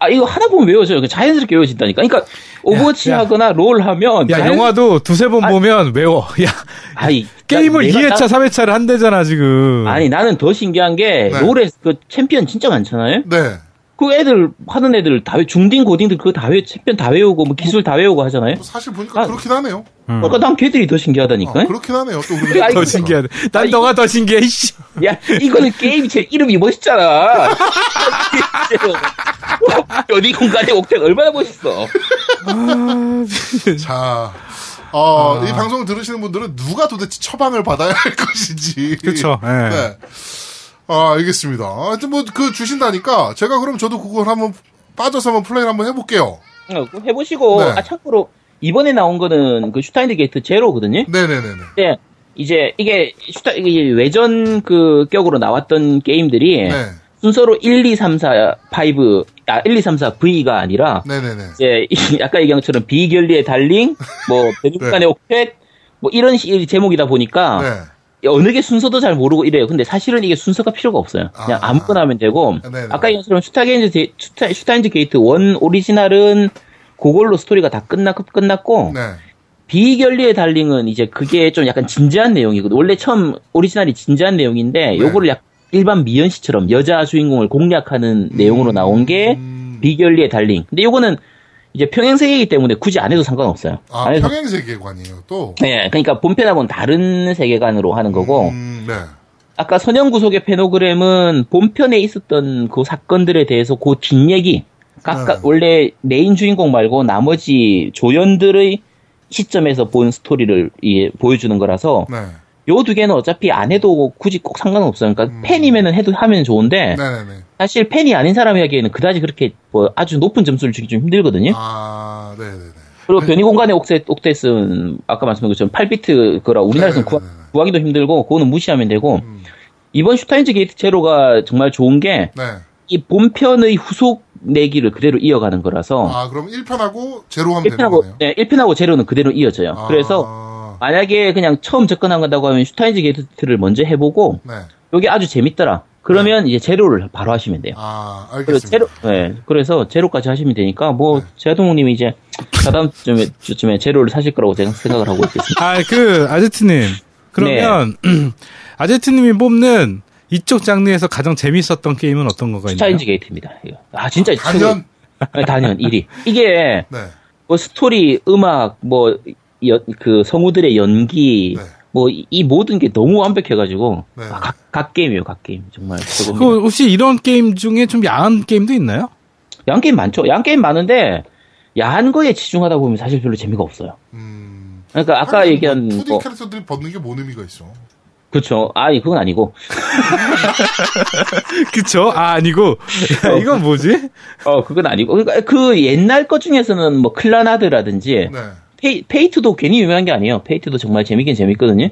Speaker 3: 아 이거 하다 보면 외워져요. 자연스럽게 외워진다니까. 그러니까 오버워치
Speaker 2: 야.
Speaker 3: 하거나 롤 하면
Speaker 2: 야,
Speaker 3: 자연-
Speaker 2: 영화도 두세 번
Speaker 3: 아니.
Speaker 2: 보면 외워. 야,
Speaker 3: 아이
Speaker 2: 게임을
Speaker 3: 나- 내가
Speaker 2: 2회차,
Speaker 3: 나-
Speaker 2: 3회차를 한대잖아, 지금.
Speaker 3: 아니 나는 더 신기한 게
Speaker 1: 네.
Speaker 3: 롤에 그 챔피언 진짜 많잖아요.
Speaker 1: 네.
Speaker 3: 그 애들 하는 애들 다 외- 중딩 고딩들 그거 다 외, 챔피언 다 외우고 뭐 기술 다 외우고 하잖아요.
Speaker 1: 뭐 사실 보니까
Speaker 3: 아,
Speaker 1: 그렇긴 하네요.
Speaker 3: 그러니까 난 걔들이 더
Speaker 1: 아,
Speaker 3: 신기하다니까.
Speaker 1: 그렇긴 하네요. 또
Speaker 3: 야,
Speaker 1: 그러고
Speaker 3: 이거
Speaker 2: 더
Speaker 1: 보니까.
Speaker 2: 신기하네. 난
Speaker 3: 아니,
Speaker 2: 너가 더 신기해, 씨.
Speaker 3: 야 이거는 게임 제 이름이 멋있잖아. 어디 공간에 옥택 얼마나 멋있어.
Speaker 1: 자,
Speaker 2: 아.
Speaker 1: 어, 이 방송을 들으시는 분들은 누가 도대체 처방을 받아야 할 것인지.
Speaker 2: 그쵸, 예.
Speaker 1: 네. 아, 알겠습니다. 하여튼 뭐, 그 주신다니까, 제가 그럼 저도 그걸 한번 빠져서 한번 플레이 한번 해볼게요.
Speaker 3: 어, 그거 해보시고
Speaker 1: 네.
Speaker 3: 아 참고로 이번에 나온 거는 그 슈타인드 게이트 제로거든요.
Speaker 1: 네네네네.
Speaker 3: 근데 이제 이게 슈타 이게 외전 그 격으로 나왔던 게임들이
Speaker 1: 네.
Speaker 3: 순서로 1, 2, 3, 4, 5, 아, 1, 2, 3, 4, V가 아니라,
Speaker 1: 네네네.
Speaker 3: 이제, 이- 아까 얘기한 것처럼 비결리의 달링, 뭐, 베누간의 옥텟, 뭐, 이런 시, 제목이다 보니까,
Speaker 1: 네.
Speaker 3: 어느 게 순서도 잘 모르고 이래요. 근데 사실은 이게 순서가 필요가 없어요. 그냥
Speaker 1: 아.
Speaker 3: 아, 무거나 하면 되고,
Speaker 1: 네네.
Speaker 3: 아까 얘기한 것처럼 슈타게인즈, 데- 슈타, 슈타인즈 게이트 1 오리지널은 그걸로 스토리가 다 끝났고, 끝났고,
Speaker 1: 네.
Speaker 3: 비결리의 달링은 이제 그게 좀 약간 진지한 내용이거든. 원래 처음 오리지널이 진지한 내용인데
Speaker 1: 네.
Speaker 3: 요거를 약 일반 미연 씨처럼 여자 주인공을
Speaker 1: 음.
Speaker 3: 공략하는 내용으로 나온 게 비결리의 달링. 근데 요거는 이제 평행 세계이기 때문에 굳이 안 해도 상관없어요.
Speaker 1: 아,
Speaker 3: 안 해도 상-
Speaker 1: 평행세계관이에요, 또.
Speaker 3: 네, 그러니까 본편하고는 다른 세계관으로 하는 거고
Speaker 1: 음, 네.
Speaker 3: 아까 선형 구속의 페노그램은 본편에 있었던 그 사건들에 대해서 그 뒷얘기 각각
Speaker 1: 네.
Speaker 3: 원래 메인 주인공 말고 나머지 조연들의 시점에서 본 스토리를 이 보여주는 거라서
Speaker 1: 네.
Speaker 3: 요 두 개는 어차피 안 해도 굳이 꼭 상관없어요. 그러니까 팬이면은 해도 하면 좋은데
Speaker 1: 음. 네네네.
Speaker 3: 사실 팬이 아닌 사람이 하기에는 그다지 그렇게 뭐 아주 높은 점수를 주기 좀 힘들거든요.
Speaker 1: 아, 네네네.
Speaker 3: 그리고 변이 공간의 옥세, 옥테스는 음, 아까 말씀드린 것처럼 8비트 거라 우리나라에서는
Speaker 1: 네,
Speaker 3: 구하,
Speaker 1: 네, 음. 네.
Speaker 3: 기도 힘들고 그거는 무시하면 되고 이번 슈타인즈 게이트 제로가 정말 좋은 게 이
Speaker 1: 네.
Speaker 3: 본편의 후속 내기를 그대로 이어가는 거라서
Speaker 1: 아, 그럼 1편하고 제로 하면 되는
Speaker 3: 1편하고
Speaker 1: 거네요.
Speaker 3: 네, 1편하고 제로는 그대로 이어져요.
Speaker 1: 아,
Speaker 3: 그래서 만약에 그냥 처음 접근한 거다고 하면 슈타인즈 게이트를 먼저 해보고
Speaker 1: 네.
Speaker 3: 요게 아주 재밌더라. 그러면 이제 제로를 바로 하시면 돼요.
Speaker 1: 아,
Speaker 3: 그래서
Speaker 1: 알겠습니다. 네.
Speaker 3: 제로, 네, 그래서 제로까지 하시면 되니까 뭐 제동님이 이제 다다음 주쯤에, 주쯤에 제로를 사실 거라고 제가 생각을 하고 있겠습니다.
Speaker 2: 아, 그, 아제트님. 그러면,
Speaker 3: 네.
Speaker 2: 아제트님이 뽑는 이쪽 장르에서 가장 재밌었던 게임은 어떤 거가 있나요?
Speaker 3: 스타인즈 게이트입니다. 이거. 아 진짜
Speaker 1: 단연,
Speaker 3: 최고- 네, 단연 1위. 이게
Speaker 1: 네.
Speaker 3: 뭐 스토리, 음악, 뭐 그 성우들의 연기,
Speaker 1: 네.
Speaker 3: 뭐 이 모든 게 너무 완벽해가지고
Speaker 1: 네.
Speaker 3: 아, 각, 각 게임이에요, 각 게임 정말 최고입니다.
Speaker 2: 그, 혹시 이런 게임 중에 좀 야한 게임도 있나요?
Speaker 3: 야한 게임 많죠. 야한 게임 많은데 야한 거에 집중하다 보면 사실 별로 재미가 없어요.
Speaker 1: 음.
Speaker 3: 그러니까 아까
Speaker 1: 하긴
Speaker 3: 얘기한
Speaker 1: 뭐 2D
Speaker 3: 거
Speaker 1: 캐릭터들이 벗는 게 뭔 의미가 있어?
Speaker 3: 그렇죠. 아, 이 그건 아니고.
Speaker 2: 그쵸? 아, 아니고. 야, 이건 뭐지?
Speaker 3: 어, 그건 아니고. 그러니까 그 옛날 것 중에서는 뭐 클라나드라든지
Speaker 1: 네.
Speaker 3: 페이, 페이트도 괜히 유명한 게 아니에요. 페이트도 정말 재밌긴 재밌거든요.
Speaker 1: 네.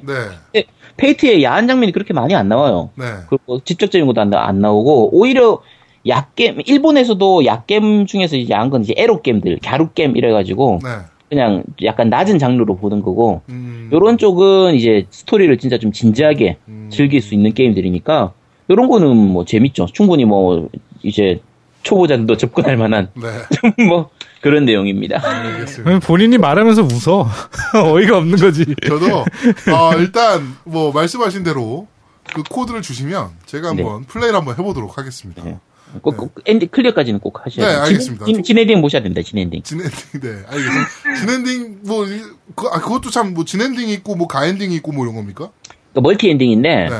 Speaker 3: 근데 페이트의 야한 장면이 그렇게 많이 안 나와요.
Speaker 1: 네.
Speaker 3: 그리고 뭐 직접적인 것도 안, 나- 안 나오고 오히려 약겜 일본에서도 약겜 중에서 이제 야한 건 이제 에로 게임들, 갸루 게임 이래 가지고
Speaker 1: 네.
Speaker 3: 그냥 약간 낮은 장르로 보는 거고
Speaker 1: 음.
Speaker 3: 요런 쪽은 이제 스토리를 진짜 좀 진지하게
Speaker 1: 음.
Speaker 3: 즐길 수 있는 게임들이니까 요런 거는 뭐 재밌죠. 충분히 뭐 이제 초보자들도 접근할 만한
Speaker 1: 네.
Speaker 3: 뭐 그런 내용입니다.
Speaker 1: 알겠습니다.
Speaker 2: 본인이 말하면서 웃어. 어이가 없는 거지.
Speaker 1: 저도 어, 일단 뭐 말씀하신 대로 그 코드를 주시면 제가 한번 플레이를 한번 해보도록 하겠습니다.
Speaker 3: 네. 꼭, 꼭 엔딩 클리어까지는 꼭 하셔야
Speaker 1: 네,
Speaker 3: 돼요.
Speaker 1: 알겠습니다.
Speaker 3: 진, 진, 진엔딩 보셔야 됩니다. 진엔딩.
Speaker 1: 진엔딩, 네, 알겠습니다. 진엔딩, 뭐, 이- 그, 아, 그것도 참, 뭐, 진엔딩이 있고, 뭐, 가엔딩이 있고, 뭐, 이런 겁니까?
Speaker 3: 그러니까 멀티 엔딩인데
Speaker 1: 네.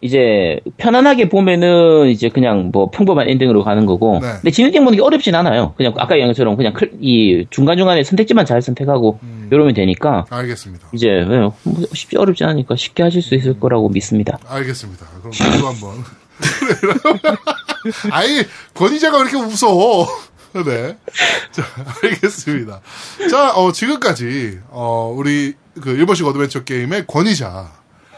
Speaker 3: 이제 편안하게 보면은 이제 그냥 뭐 평범한 엔딩으로 가는 거고
Speaker 1: 네.
Speaker 3: 근데 진행 보는 게 어렵진 않아요. 그냥 아까 얘기한 것처럼 그냥 클- 이 중간중간에 선택지만 잘 선택하고
Speaker 1: 음.
Speaker 3: 이러면 되니까
Speaker 1: 알겠습니다.
Speaker 3: 이제 예, 뭐 쉽지 어렵지 않으니까 쉽게 하실 수 있을 거라고 믿습니다.
Speaker 1: 알겠습니다. 그럼 저도 한번. 아이, 권위자가 왜 이렇게 웃어. 네. 자, 알겠습니다. 자, 어, 지금까지, 어, 우리, 그, 일본식 어드벤처 게임의 권위자.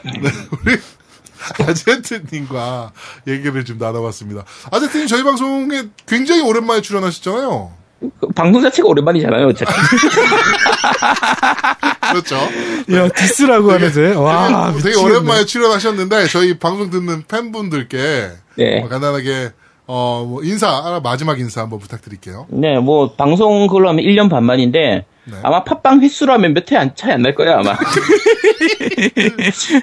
Speaker 1: 네, 우리, 아제트님과 얘기를 좀 나눠봤습니다. 아제트님 저희 방송에 굉장히 오랜만에 출연하셨잖아요.
Speaker 3: 그 방송 자체가 오랜만이잖아요. 어차피.
Speaker 1: 그렇죠.
Speaker 2: 야, 디스라고 하네, 쟤. 와,
Speaker 1: 되게, 되게
Speaker 2: 미치겠네.
Speaker 1: 오랜만에 출연하셨는데, 저희 방송 듣는 팬분들께,
Speaker 3: 네.
Speaker 1: 어, 간단하게 어, 뭐 인사 아, 마지막 인사 한번 부탁드릴게요.
Speaker 3: 네, 뭐 방송 그걸로 하면 1년 반 만인데 아마 팟빵 횟수로 하면 몇 회 안 차이 안 날 거예요, 아마.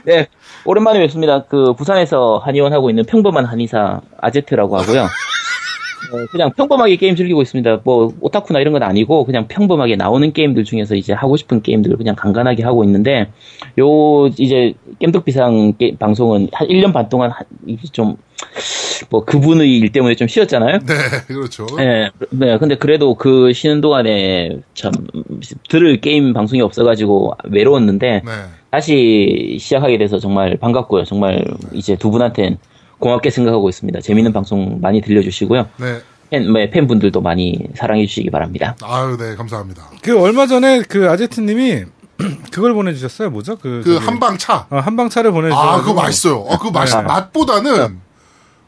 Speaker 3: 네. 오랜만에 뵙습니다. 그 부산에서 한의원 하고 있는 평범한 한의사 아제트라고 하고요. 어, 그냥 평범하게 게임 즐기고 있습니다. 뭐 오타쿠나 이런 건 아니고 그냥 평범하게 나오는 게임들 중에서 이제 하고 싶은 게임들을 그냥 간간하게 하고 있는데 요 이제 겜덕비상 게- 방송은 한 1년 반 동안 좀 뭐 그분의 일 때문에 좀 쉬었잖아요.
Speaker 1: 네, 그렇죠.
Speaker 3: 네, 네, 근데 그래도 그 쉬는 동안에 참 들을 게임 방송이 없어가지고 외로웠는데
Speaker 1: 네.
Speaker 3: 다시 시작하게 돼서 정말 반갑고요. 정말
Speaker 1: 네.
Speaker 3: 이제 두 분한텐 고맙게 생각하고 있습니다. 재밌는 방송 많이 들려주시고요.
Speaker 1: 네.
Speaker 3: 팬, 네, 팬분들도 많이 사랑해주시기 바랍니다.
Speaker 1: 아유, 네, 감사합니다.
Speaker 2: 그 얼마 전에 그 아제트님이 그걸 보내주셨어요. 뭐죠? 그,
Speaker 1: 그
Speaker 2: 저기,
Speaker 1: 한방 차.
Speaker 2: 어, 한방차를 보내주셨어요.
Speaker 1: 아, 그거 맛있어요. 어, 그거 맛
Speaker 2: 네.
Speaker 1: 맛보다는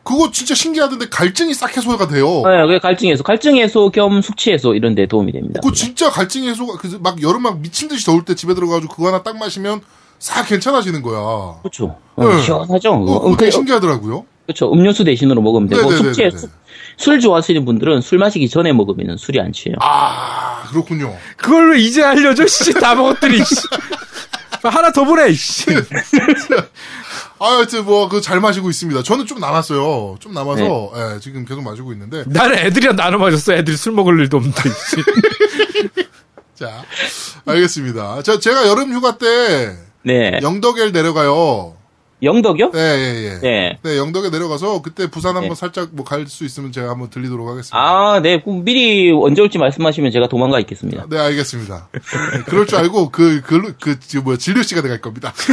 Speaker 1: 그거 진짜 신기하던데 갈증이 싹 해소가 돼요.
Speaker 3: 네, 그 갈증 해소, 갈증 해소 겸 숙취 해소 이런 데 도움이 됩니다.
Speaker 1: 그거 진짜 갈증 해소가 그막 여름 막 미친 듯이 더울 때 집에 들어가지고 그거 하나 딱 마시면 싹 괜찮아지는 거야.
Speaker 3: 그렇죠.
Speaker 1: 네.
Speaker 3: 시원하죠. 어,
Speaker 1: 그거, 그거 되게 신기하더라고요.
Speaker 3: 그렇죠. 음료수 대신으로 먹으면 되고
Speaker 1: 네네네네네.
Speaker 3: 숙취 해소. 술 좋아하시는 분들은 술 마시기 전에 먹으면 술이 안 취해요.
Speaker 1: 아, 그렇군요.
Speaker 2: 그걸 왜 이제 알려줘? 씨, 다 먹었더니, 씨. 하나 더 보내, 씨.
Speaker 1: 아, 하여튼 뭐 그 잘 마시고 있습니다. 저는 좀 남았어요. 좀 남아서
Speaker 3: 네.
Speaker 1: 예, 지금 계속 마시고 있는데
Speaker 2: 나는 애들이랑 나눠 마셨어. 애들이 술 먹을 일도 없는데, 씨.
Speaker 1: 자, 알겠습니다. 저, 제가 여름 휴가 때
Speaker 3: 네.
Speaker 1: 영덕에 내려가요.
Speaker 3: 영덕이요?
Speaker 1: 예, 예, 예. 네.
Speaker 3: 네.
Speaker 1: 영덕에 내려가서 그때 부산 한번
Speaker 3: 네.
Speaker 1: 살짝 뭐 갈 수 있으면 제가 한번 들리도록 하겠습니다.
Speaker 3: 아, 네. 그럼 미리 언제 올지 말씀하시면 제가 도망가 있겠습니다.
Speaker 1: 네, 알겠습니다. 네, 그럴 줄 알고 그, 그, 그, 그 뭐야, 진료 씨가 돼갈 겁니다.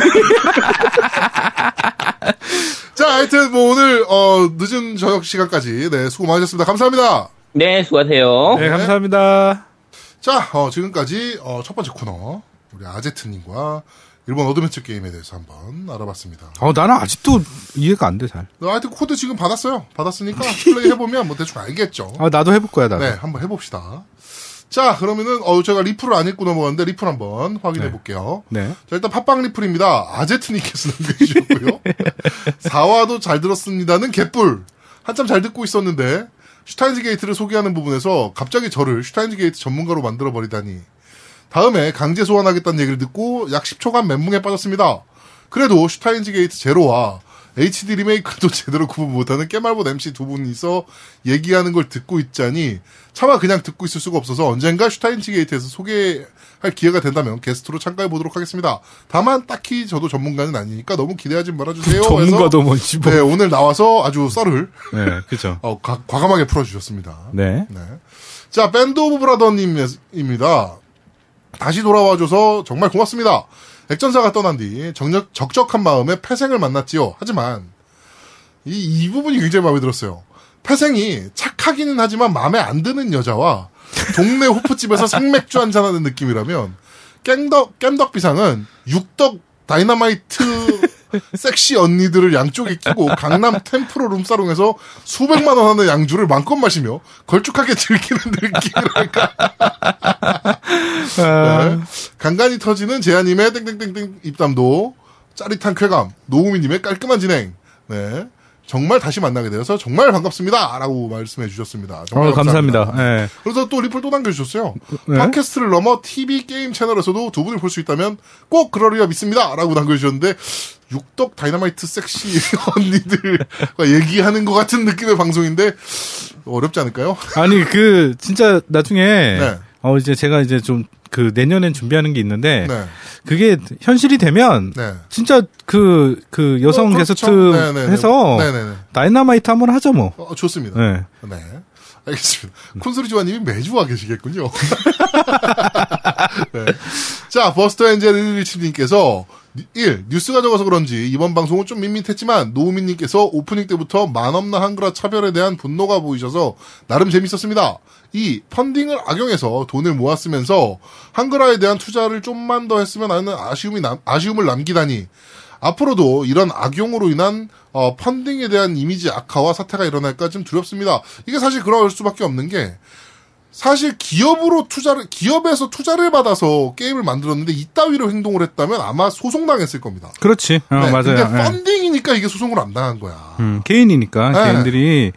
Speaker 1: 자, 하여튼 뭐 오늘, 어, 늦은 저녁 시간까지, 네, 수고 많으셨습니다. 감사합니다.
Speaker 3: 네, 수고하세요.
Speaker 2: 네, 감사합니다.
Speaker 1: 자, 어, 지금까지 어, 첫 번째 코너 우리 아제트님과 일본 어드벤처 게임에 대해서 한번 알아봤습니다.
Speaker 4: 어, 나는 아직도 이해가 안 돼, 잘.
Speaker 1: 어, 하여튼 코드 지금 받았어요. 받았으니까 플레이 해보면 뭐 대충 알겠죠.
Speaker 4: 아, 나도 해볼 거야, 나도.
Speaker 1: 네, 한번 해봅시다. 자, 그러면은 어 제가 리플을 안 읽고 넘어갔는데 리플 한번 확인해 볼게요.
Speaker 4: 네.
Speaker 1: 자, 일단 팟빵 리플입니다. 아제트님께서 남겨주셨고요. 4화도 잘 들었습니다는 개뿔. 한참 잘 듣고 있었는데, 슈타인즈 게이트를 소개하는 부분에서 갑자기 저를 슈타인즈 게이트 전문가로 만들어버리다니. 다음에 강제 소환하겠다는 얘기를 듣고 약 10초간 멘붕에 빠졌습니다. 그래도 슈타인즈 게이트 제로와 HD 리메이크도 제대로 구분 못하는 깨말보 MC 두 분이서 얘기하는 걸 듣고 있자니 차마 그냥 듣고 있을 수가 없어서 언젠가 슈타인치 게이트에서 소개할 기회가 된다면 게스트로 참가해 보도록 하겠습니다. 다만 딱히 저도 전문가는 아니니까 너무 기대하지 말아주세요.
Speaker 5: 전문가도 뭔지
Speaker 1: 해서
Speaker 5: 뭐.
Speaker 1: 네, 오늘 나와서 아주 썰을
Speaker 2: 네, 그죠.
Speaker 1: 어, 과, 감하게 풀어주셨습니다.
Speaker 2: 네.
Speaker 1: 네. 자, 밴드 오브 브라더님입니다. 다시 돌아와줘서 정말 고맙습니다. 액전사가 떠난 뒤 정적, 적적한 마음에 패생을 만났지요. 하지만, 이, 이 부분이 굉장히 마음에 들었어요. 패생이 착하기는 하지만 마음에 안 드는 여자와 동네 호프집에서 생맥주 한잔하는 느낌이라면, 깽덕, 깸덕비상은 육덕 다이너마이트 섹시 언니들을 양쪽에 끼고 강남 템프로 룸사롱에서 수백만 원 하는 양주를 마음껏 마시며 걸쭉하게 즐기는 느낌이랄까.
Speaker 5: 아,
Speaker 1: 네. 간간히 터지는 재하님의 땡땡땡땡 입담도 짜릿한 쾌감, 노우미님의 깔끔한 진행. 네. 정말 다시 만나게 되어서 정말 반갑습니다. 라고 말씀해 주셨습니다. 정말
Speaker 2: 어, 감사합니다. 네.
Speaker 1: 그래서 또 리플 또 남겨주셨어요.
Speaker 2: 네.
Speaker 1: 팟캐스트를 넘어 TV 게임 채널에서도 두 분을 볼 수 있다면 꼭 그러리라 믿습니다. 라고 남겨주셨는데, 육덕 다이너마이트 섹시 언니들과 얘기하는 것 같은 느낌의 방송인데, 어렵지 않을까요?
Speaker 2: 아니 그 진짜 나중에
Speaker 1: 네.
Speaker 2: 어 이제 제가 이제 좀 그 내년엔 준비하는 게 있는데
Speaker 1: 네.
Speaker 2: 그게 현실이 되면
Speaker 1: 네.
Speaker 2: 진짜 그 그 여성
Speaker 1: 어, 그렇죠.
Speaker 2: 게스트
Speaker 1: 네네네.
Speaker 2: 해서
Speaker 1: 네네네.
Speaker 2: 다이너마이트 한번 하죠 뭐.
Speaker 1: 어, 좋습니다.
Speaker 2: 네.
Speaker 1: 네. 알겠습니다. 콘솔이 조아님이 매주 와 계시겠군요. 네. 자, 버스터 엔젤 117님께서 1. 뉴스가 적어서 그런지 이번 방송은 좀 밋밋했지만 노우민님께서 오프닝 때부터 만없나 한글화 차별에 대한 분노가 보이셔서 나름 재밌었습니다. 2. 펀딩을 악용해서 돈을 모았으면서 한글화에 대한 투자를 좀만 더 했으면 하는 아쉬움이 남- 아쉬움을 남기다니 앞으로도 이런 악용으로 인한 어, 펀딩에 대한 이미지 악화와 사태가 일어날까 좀 두렵습니다. 이게 사실 그럴 수밖에 없는 게 사실 기업으로 투자를 기업에서 투자를 받아서 게임을 만들었는데 이따위로 행동을 했다면 아마 소송 당했을 겁니다.
Speaker 2: 그렇지. 어,
Speaker 1: 네,
Speaker 2: 맞아요.
Speaker 1: 근데
Speaker 2: 예.
Speaker 1: 펀딩이니까 이게 소송을 안 당한 거야.
Speaker 2: 음, 개인이니까
Speaker 1: 네.
Speaker 2: 개인들이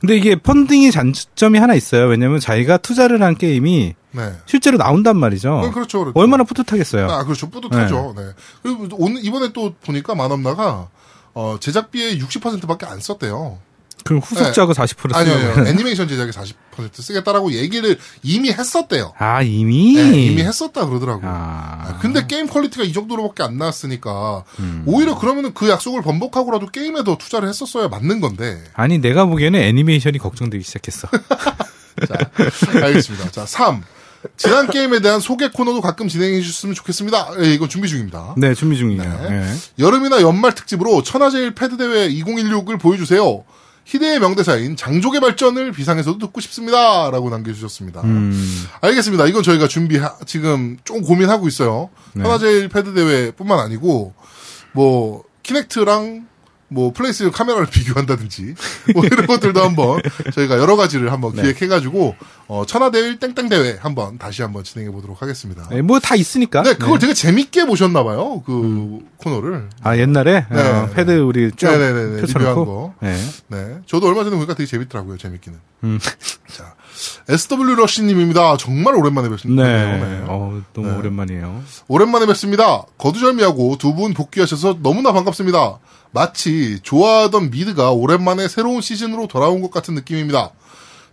Speaker 2: 근데 이게 펀딩이 장점이 하나 있어요. 왜냐면 자기가 투자를 한 게임이
Speaker 1: 네.
Speaker 2: 실제로 나온단 말이죠.
Speaker 1: 네, 그렇죠, 그렇죠.
Speaker 2: 어. 얼마나 예. 뿌듯하겠어요.
Speaker 1: 아, 그렇죠. 뿌듯하죠. 네. 그리고 오늘 이번에 또 보니까 만엄나가 어, 제작비의 60%밖에 안 썼대요.
Speaker 2: 그럼 후속작은 40%
Speaker 1: 네. 아니요,
Speaker 2: 쓰는
Speaker 1: 아니요.
Speaker 2: 거예요.
Speaker 1: 애니메이션 제작에 40% 쓰겠다라고 얘기를 이미 했었대요.
Speaker 2: 아, 이미
Speaker 1: 네, 이미 했었다 그러더라고요.
Speaker 2: 아.
Speaker 1: 아, 근데 게임 퀄리티가 이 정도로밖에 안 나왔으니까 오히려 그러면은 그 약속을 번복하고라도 게임에 더 투자를 했었어야 맞는 건데.
Speaker 2: 아니 내가 보기에는 애니메이션이 걱정되기 시작했어.
Speaker 1: 자, 알겠습니다. 자, 3. 지난 게임에 대한 소개 코너도 가끔 진행해 주셨으면 좋겠습니다. 예, 이건 준비 중입니다.
Speaker 2: 네, 준비 중이에요.
Speaker 1: 네.
Speaker 2: 예.
Speaker 1: 여름이나 연말 특집으로 천하제일 패드 대회 2016을 보여주세요. 희대의 명대사인 장족의 발전을 비상에서도 듣고 싶습니다라고 남겨주셨습니다. 알겠습니다. 이건 저희가 준비 지금 좀 고민하고 있어요. 천하제일 패드 대회뿐만 아니고 뭐 키넥트랑 뭐 플레이스 카메라를 비교한다든지 뭐 이런 것들도 한번 저희가 여러 가지를 한번 기획해가지고 어, 천하제일 땡땡 대회 한번 다시 한번 진행해 보도록 하겠습니다.
Speaker 2: 네, 뭐다 있으니까.
Speaker 1: 네, 그걸 되게 재밌게 보셨나 봐요. 그 코너를.
Speaker 2: 아 옛날에
Speaker 1: 네.
Speaker 2: 어, 패드 우리 쭉
Speaker 1: 네네네네, 리뷰한 거.
Speaker 2: 펼쳐놓고. 네.
Speaker 1: 네. 저도 얼마 전에 보니까 되게 재밌더라고요, 재밌기는. 자, SW 러시님입니다. 정말 오랜만에 뵙습니다.
Speaker 2: 네.
Speaker 1: 네.
Speaker 2: 어, 너무 오랜만이에요.
Speaker 1: 오랜만에 뵙습니다. 거두절미하고 두 분 복귀하셔서 너무나 반갑습니다. 마치 좋아하던 미드가 오랜만에 새로운 시즌으로 돌아온 것 같은 느낌입니다.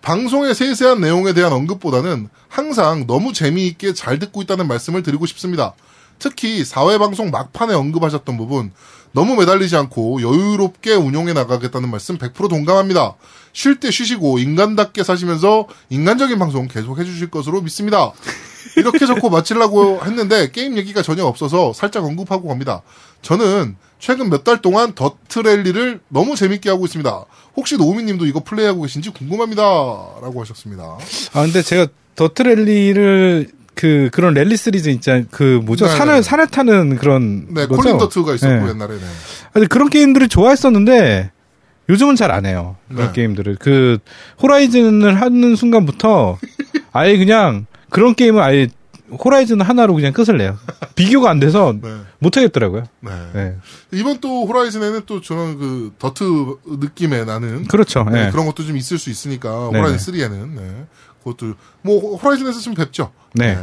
Speaker 1: 방송의 세세한 내용에 대한 언급보다는 항상 너무 재미있게 잘 듣고 있다는 말씀을 드리고 싶습니다. 특히 사회방송 막판에 언급하셨던 부분 너무 매달리지 않고 여유롭게 운용해 나가겠다는 말씀 100% 동감합니다. 쉴 때 쉬시고 인간답게 사시면서 인간적인 방송 계속 해주실 것으로 믿습니다. 이렇게 적고 마치려고 했는데 게임 얘기가 전혀 없어서 살짝 언급하고 갑니다. 저는 최근 몇 달 동안 더트랠리를 너무 재밌게 하고 있습니다. 혹시 노우미님도 이거 플레이하고 계신지 궁금합니다라고 하셨습니다.
Speaker 2: 아 근데 제가 더트랠리를 그 그런 랠리 시리즈 있잖아요. 그 뭐죠?
Speaker 1: 네네.
Speaker 2: 산을 산을 타는 그런
Speaker 1: 네,
Speaker 2: 거죠?
Speaker 1: 콜린 더트가 있었고
Speaker 2: 그렇죠. 네.
Speaker 1: 옛날에 네.
Speaker 2: 근데 그런 게임들을 좋아했었는데 요즘은 잘 안 해요. 그런
Speaker 1: 네.
Speaker 2: 게임들을 그 호라이즌을 하는 순간부터 아예 그냥 그런 게임을 아예 호라이즌 하나로 그냥 끝을 내요. 비교가 안 돼서
Speaker 1: 네.
Speaker 2: 못 하겠더라고요.
Speaker 1: 네.
Speaker 2: 네.
Speaker 1: 이번 또 호라이즌에는 또 저는 그 더트 느낌의 나는
Speaker 2: 그렇죠.
Speaker 1: 네,
Speaker 2: 네.
Speaker 1: 그런 것도 좀 있을 수 있으니까
Speaker 2: 네네.
Speaker 1: 호라이즌 3에는 네. 그것도 뭐 호라이즌에서 좀 뵙죠.
Speaker 2: 네.